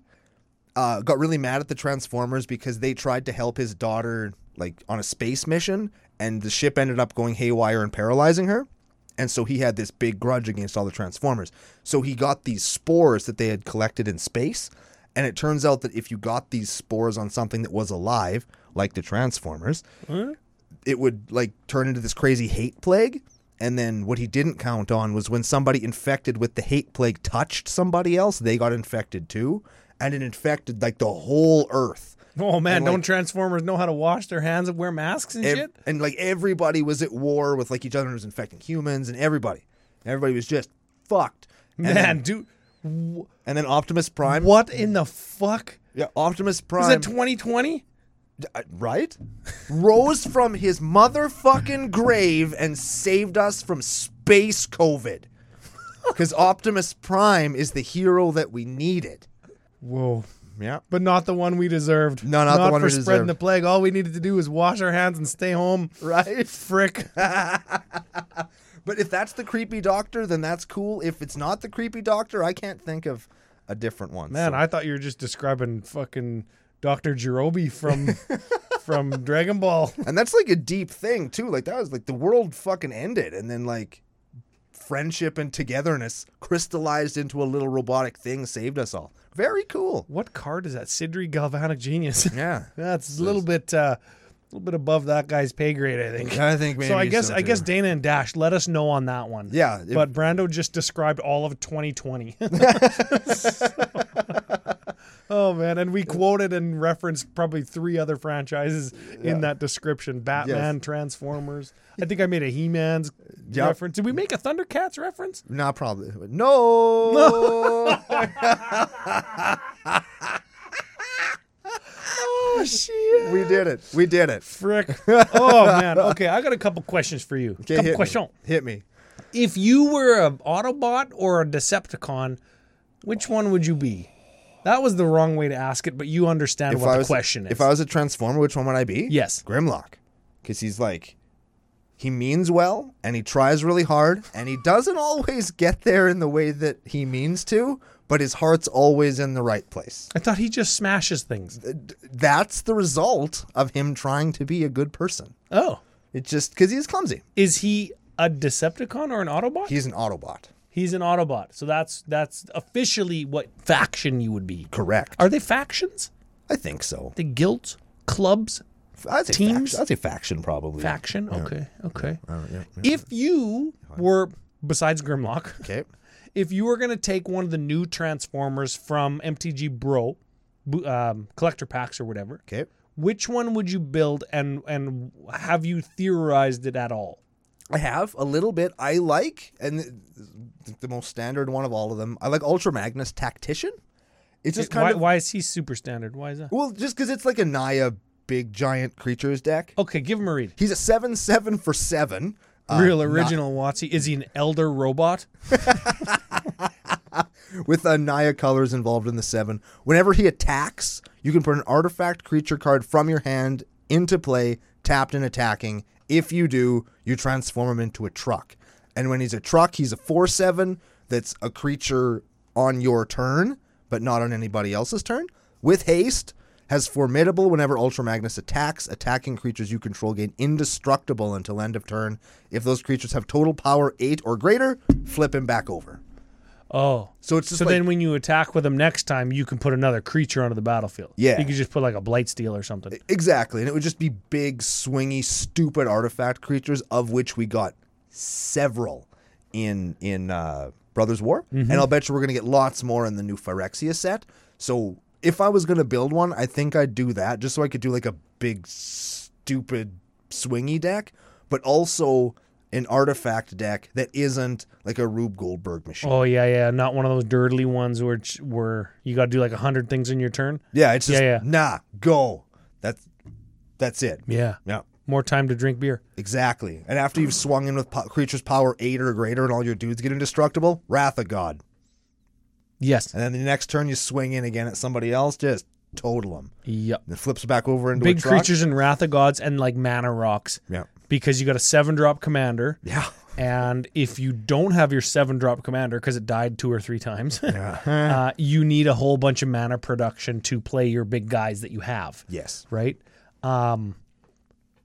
A: uh, got really mad at the Transformers because they tried to help his daughter like on a space mission, and the ship ended up going haywire and paralyzing her. And so he had this big grudge against all the Transformers. So he got these spores that they had collected in space, and it turns out that if you got these spores on something that was alive, like the Transformers, it would like turn into this crazy hate plague. And then what he didn't count on was when somebody infected with the hate plague touched somebody else, they got infected too, and it infected like the whole earth.
B: Oh man,
A: And, like-
B: don't Transformers know how to wash their hands and wear masks and
A: Ev-
B: shit?
A: and like everybody was at war with like each other and it was infecting humans and everybody. Everybody was just fucked. And
B: Man,
A: then,
B: dude,
A: and then Optimus Prime.
B: what in the fuck?
A: Yeah, Optimus
B: Is
A: Prime.
B: it 2020?
A: Uh, right? Rose from his motherfucking grave and saved us from space COVID. Because Optimus Prime is the hero that we needed.
B: Whoa.
A: Yeah.
B: But not the one we deserved.
A: No, not the one
B: for
A: we
B: spreading
A: deserved.
B: the plague. All we needed to do was wash our hands and stay home.
A: Right?
B: Frick.
A: But if that's the creepy doctor, then that's cool. If it's not the creepy doctor, I can't think of a different one.
B: Man,
A: so-
B: I thought you were just describing fucking Dr. Jirobi from from Dragon Ball.
A: and that's like a deep thing, too. Like, that was like the world fucking ended. And then, like, friendship and togetherness crystallized into a little robotic thing saved us all. Very cool.
B: What card is that? Sidri Galvanic Genius.
A: Yeah.
B: That's a little bit uh a little bit above that guy's pay grade, I think.
A: I think maybe
B: so I guess I
A: too.
B: guess Dana and Dash let us know on that one.
A: Yeah, if-
B: but Brando just described all of 2020. oh man, and we quoted and referenced probably three other franchises in that description: Batman, Transformers. I think I made a He-Man's
A: Yep.
B: reference. Did we make a ThunderCats reference?
A: Not probably. No.
B: Oh shit!
A: we did it. We did it.
B: Frick. Oh man. Okay, I got a couple questions for you.
A: Okay,
B: couple
A: hit
B: question.
A: Me. Hit me.
B: If you were an Autobot or a Decepticon, which one would you be? That was the wrong way to ask it, but you understand what
A: I
B: the
A: was,
B: question is.
A: If I was a transformer, which one would I be?
B: Yes.
A: Grimlock, because he's like, he means well and he tries really hard and he doesn't always get there in the way that he means to, but his heart's always in the right place.
B: I thought he just smashes things.
A: Uh, That's the result of him trying to be a good person.
B: Oh,
A: It's just because he's clumsy.
B: is he a Decepticon or an Autobot?
A: He's an Autobot.
B: He's an Autobot, so that's that's officially what faction you would be.
A: Correct.
B: Are they factions?
A: I think so.
B: The guilds, clubs,
A: I'd say
B: Teams?
A: faction. I'd say faction probably.
B: faction. Okay, okay.
A: Uh, yeah, yeah.
B: If you were besides Grimlock,
A: Okay.
B: if you were going to take one of the new Transformers from MTG Bro, bo- um, collector packs or whatever,
A: Okay.
B: which one would you build, and and have you theorized it at all?
A: I have a little bit. I like, and the, the most standard one of all of them. I like Ultra Magnus Tactician. It's just kind
B: why,
A: of
B: why is he super standard? Why is that?
A: well, just because it's like a Naya big giant creatures deck.
B: Okay, give him a read.
A: He's a seven seven for seven. Uh,
B: Real original Watsy. Is he an elder robot?
A: with uh, Naya colors involved in the seven. Whenever he attacks, you can put an artifact creature card from your hand into play, tapped and attacking. If you do, you transform him into a truck. And when he's a truck, he's a 4 7 that's a creature on your turn, but not on anybody else's turn. With haste, has formidable whenever Ultra Magnus attacks. Attacking creatures you control gain indestructible until end of turn. If those creatures have total power 8 or greater, flip him back over.
B: Oh.
A: So it's just
B: So
A: like,
B: then when you attack with him next time, you can put another creature onto the battlefield.
A: Yeah.
B: You could just put like a blight steel or something.
A: Exactly, and it would just be big, swingy, stupid artifact creatures, of which we got several in in uh, Brothers War,
B: Mm-hmm.
A: and I'll bet you we're gonna get lots more in the new Phyrexia set. So if I was gonna build one, I think I'd do that just so I could do like a big, stupid, swingy deck, but also an artifact deck that isn't like a Rube Goldberg machine.
B: Oh yeah, yeah. Not one of those dirtly ones where it's- where you got to do like a hundred things in your turn.
A: Yeah, it's just
B: Yeah, yeah.
A: nah, go. That's that's it.
B: Yeah.
A: Yeah.
B: More time to drink beer.
A: Exactly. And after you've swung in with po- creatures power eight or greater and all your dudes get indestructible, Wrath of God.
B: Yes.
A: And then the next turn you swing in again at somebody else, just total them.
B: Yep.
A: And it flips back over into a
B: Big
A: truck.
B: creatures and Wrath of Gods and like mana rocks.
A: Yeah.
B: Because you got a seven drop commander.
A: Yeah.
B: And if you don't have your seven drop commander because it died two or three times,
A: Uh-huh.
B: uh, you need a whole bunch of mana production to play your big guys that you have.
A: Yes.
B: right? Um,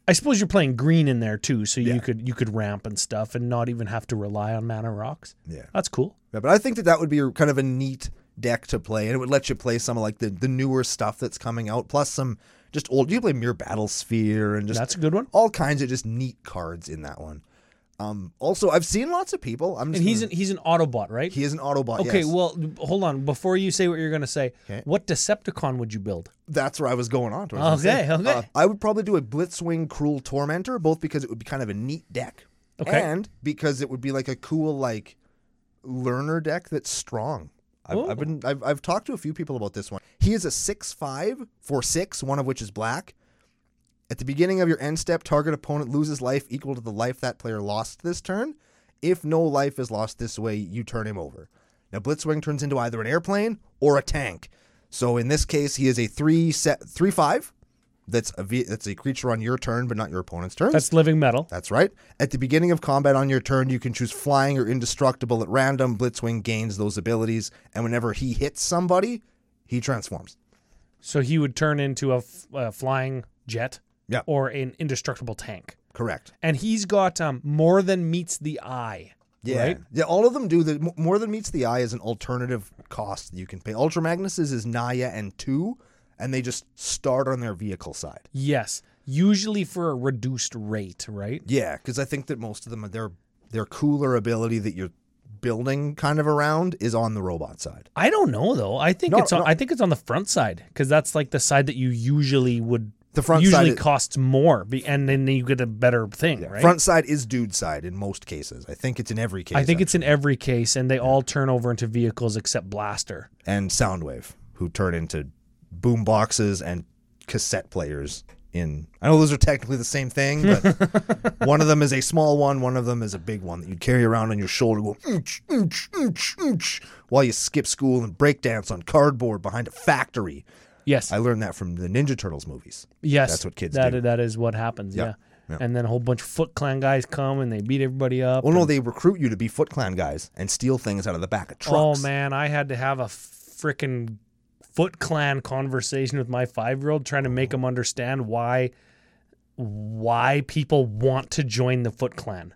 B: I suppose you're playing green in there too, so you could you could ramp and stuff, and not even have to rely on mana rocks.
A: Yeah.
B: That's cool.
A: Yeah, But I think that that would be a- kind of a neat deck to play, and it would let you play some of like the, the newer stuff that's coming out, plus some just old. You play Mere Battlesphere and just
B: That's a good one.
A: all kinds of just neat cards in that one. Um, also, I've seen lots of people. I'm just
B: And he's
A: gonna-
B: an he's an Autobot, right?
A: he is an Autobot.
B: okay.
A: yes.
B: Well, hold on. Before you say what you're going to say,
A: Okay.
B: what Decepticon would you build?
A: that's where I was going on to. I was gonna
B: Okay,
A: say,
B: okay.
A: uh, I would probably do a Blitzwing Cruel Tormentor, both because it would be kind of a neat deck,
B: Okay.
A: and because it would be like a cool like learner deck that's strong. I've, I've been I've, I've talked to a few people about this one. He is a six five for six, one of which is black. At the beginning of your end step, target opponent loses life equal to the life that player lost this turn. If no life is lost this way, you turn him over. Now, Blitzwing turns into either an airplane or a tank. So in this case, he is a three set three five. That's a ve- that's a creature on your turn, but not your opponent's turn.
B: That's living metal.
A: That's right. At the beginning of combat on your turn, you can choose flying or indestructible at random. Blitzwing gains those abilities, and whenever he hits somebody, he transforms.
B: So he would turn into a, f- a flying jet.
A: Yeah.
B: Or an indestructible tank.
A: Correct.
B: And he's got um, more than meets the eye.
A: Yeah.
B: Right?
A: Yeah, all of them do. The, m- more than meets the eye is an alternative cost that you can pay. Ultra Magnus's is Naya and two, and they just start on their vehicle side.
B: Yes. Usually for a reduced rate, right?
A: Yeah, because I think that most of them, are their, their cooler ability that you're building kind of around is on the robot side.
B: I don't know though. I think
A: No,
B: it's on,
A: no.
B: I think it's on the front side because that's like the side that you usually would
A: The front side
B: usually
A: is-
B: costs more, be, and then you get a better thing, right?
A: Front side is dude side in most cases. I think it's in every case.
B: I think it's in every case, and they all turn over into vehicles except Blaster.
A: and Soundwave, who turn into boom boxes and cassette players. In I know those are technically the same thing, but one of them is a small one, one of them is a big one that you carry around on your shoulder, going ooch, ooch, ooch, ooch, while you skip school and breakdance on cardboard behind a factory.
B: Yes,
A: I learned that from the Ninja Turtles movies.
B: yes,
A: that's what kids
B: that,
A: do.
B: That is what happens. Yeah. and then a whole bunch of Foot Clan guys come and they beat everybody up.
A: Well, no, they recruit you to be Foot Clan guys and steal things out of the back of
B: oh
A: trucks.
B: man, I had to have a freaking Foot Clan conversation with my five year old, trying to
A: Oh.
B: make him understand why why people want to join the Foot Clan.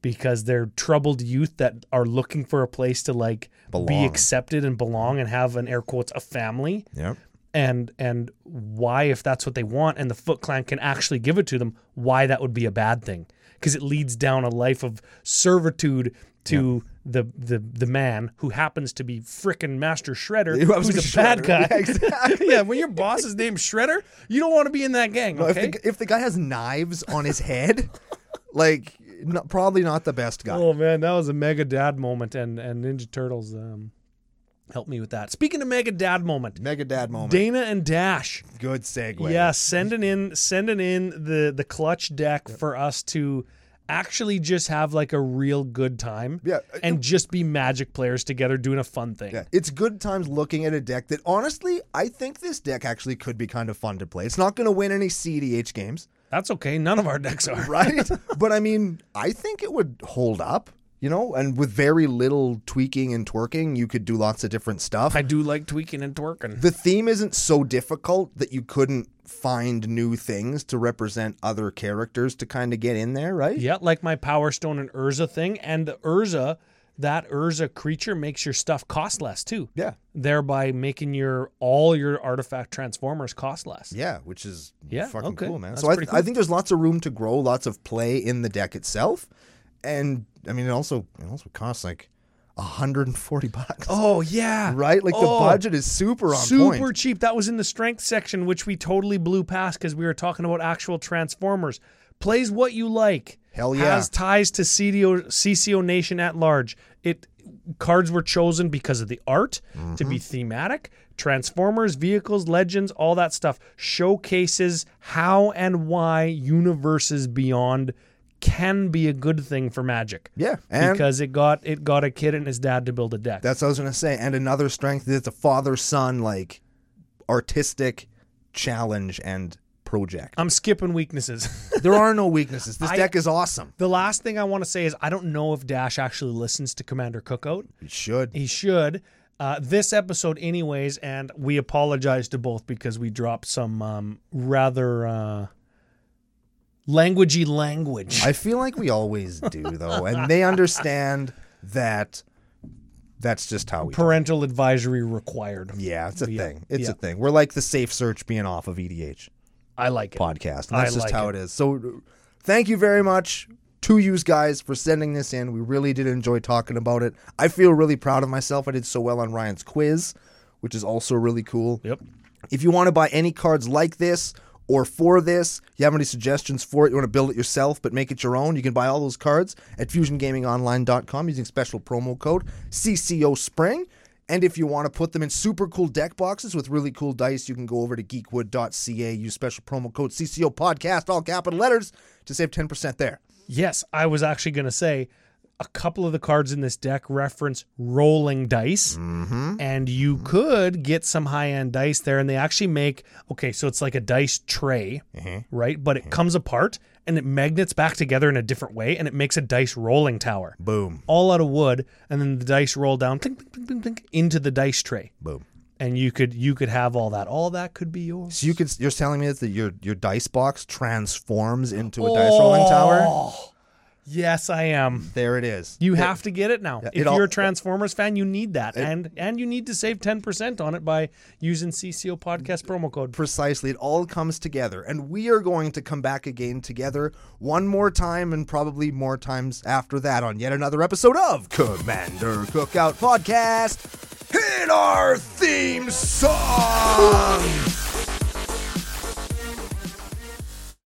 B: because they're troubled youth that are looking for a place to like be
A: Belong.
B: accepted and belong and have an air quotes a family
A: Yep.
B: and and why if that's what they want and the foot clan can actually give it to them why that would be a bad thing because it leads down a life of servitude to the, the the man who happens to be frickin' master shredder
A: Who happens
B: who's a
A: to be
B: bad
A: Shredder.
B: guy
A: Yeah, exactly.
B: yeah when your boss is named shredder you don't want to be in that gang
A: If,
B: okay
A: the, g- if the guy has knives on his head, like no- probably not the best guy.
B: Oh man, that was a mega dad moment, and and Ninja Turtles um, helped me with that. Speaking of mega dad moment,
A: Mega dad moment.
B: Dana and Dash,
A: Good segue.
B: yeah, sending in sending in the the clutch deck for us to actually just have like a real good time,
A: Yeah, uh,
B: and just be magic players together doing a fun thing.
A: Yeah, it's good times looking at a deck that honestly, I think this deck actually could be kind of fun to play. It's not going to win any CDH games,
B: That's okay. None of our decks are.
A: right? but I mean, I think it would hold up, you know, and with very little tweaking and twerking, you could do lots of different stuff.
B: I do like tweaking and twerking.
A: the theme isn't so difficult that you couldn't find new things to represent other characters to kind of get in there, right?
B: Yeah, like my Power Stone and Urza thing, and the Urza. That Urza creature makes your stuff cost less too.
A: Yeah.
B: thereby making your all your artifact transformers cost less.
A: Yeah, which is
B: Yeah,
A: fucking
B: okay.
A: cool, man.
B: That's
A: so I,
B: pretty
A: I think there's lots of room to grow, lots of play in the deck itself, and I mean, it also it also costs like 140 bucks,
B: Oh yeah,
A: right? Like
B: Oh,
A: the budget is super on
B: super
A: point.
B: cheap. That was in the strength section, which we totally blew past because we were talking about actual transformers. Plays what you like.
A: Hell
B: Has ties to CDO, CCO Nation at large. It cards were chosen because of the art to
A: Mm-hmm.
B: be thematic. Transformers, vehicles, legends, all that stuff showcases how and why universes beyond can be a good thing for Magic.
A: Yeah, and
B: because it got it got a kid and his dad to build a deck.
A: that's what I was gonna say. And another strength is it's a father son like artistic challenge and project.
B: I'm skipping weaknesses.
A: there are no weaknesses. This deck is awesome.
B: the last thing I want to say is I don't know if Dash actually listens to Commander Cookout.
A: It should.
B: He should. Uh, this episode, anyways, and we apologize to both because we dropped some um, rather uh, languagey language.
A: I feel like we always do though, and they understand that. That's just how we
B: Parental advisory required.
A: Yeah, it's a thing. It's
B: yeah.
A: a thing. We're like the safe search being off of EDH
B: I like it.
A: podcast. And
B: I
A: that's just
B: like
A: how it is. So uh, thank you very much to you guys for sending this in. We really did enjoy talking about it. I feel really proud of myself. I did so well on Ryan's quiz, which is also really cool.
B: Yep.
A: If you want to buy any cards like this or for this, you have any suggestions for it, you want to build it yourself but make it your own, you can buy all those cards at fusiongamingonline.com using special promo code CCO Spring. And if you want to put them in super cool deck boxes with really cool dice, you can go over to geekwood.ca, use special promo code CCO Podcast, all capital letters, to save 10% there.
B: Yes, I was actually going to say a couple of the cards in this deck reference rolling dice,
A: Mm-hmm.
B: and you could get some high end dice there. And they actually make okay, so it's like a dice tray,
A: Uh-huh.
B: right? But it comes apart and it magnets back together in a different way, and it makes a dice rolling tower.
A: Boom,
B: All out of wood, and then the dice roll down tink, tink, tink, tink, tink, into the dice tray,
A: boom.
B: and you could you could have all that. All that could be yours.
A: So you could, you're telling me that your your dice box transforms into a dice rolling
B: Oh.
A: tower?
B: Yes, I am.
A: There it is.
B: You have to get it now. if
A: it all-
B: you're a Transformers fan, you need that, and and you need to save ten percent on it by using CCO podcast promo code.
A: precisely it all comes together and we are going to come back again together one more time and probably more times after that on yet another episode of commander cookout podcast hit our theme song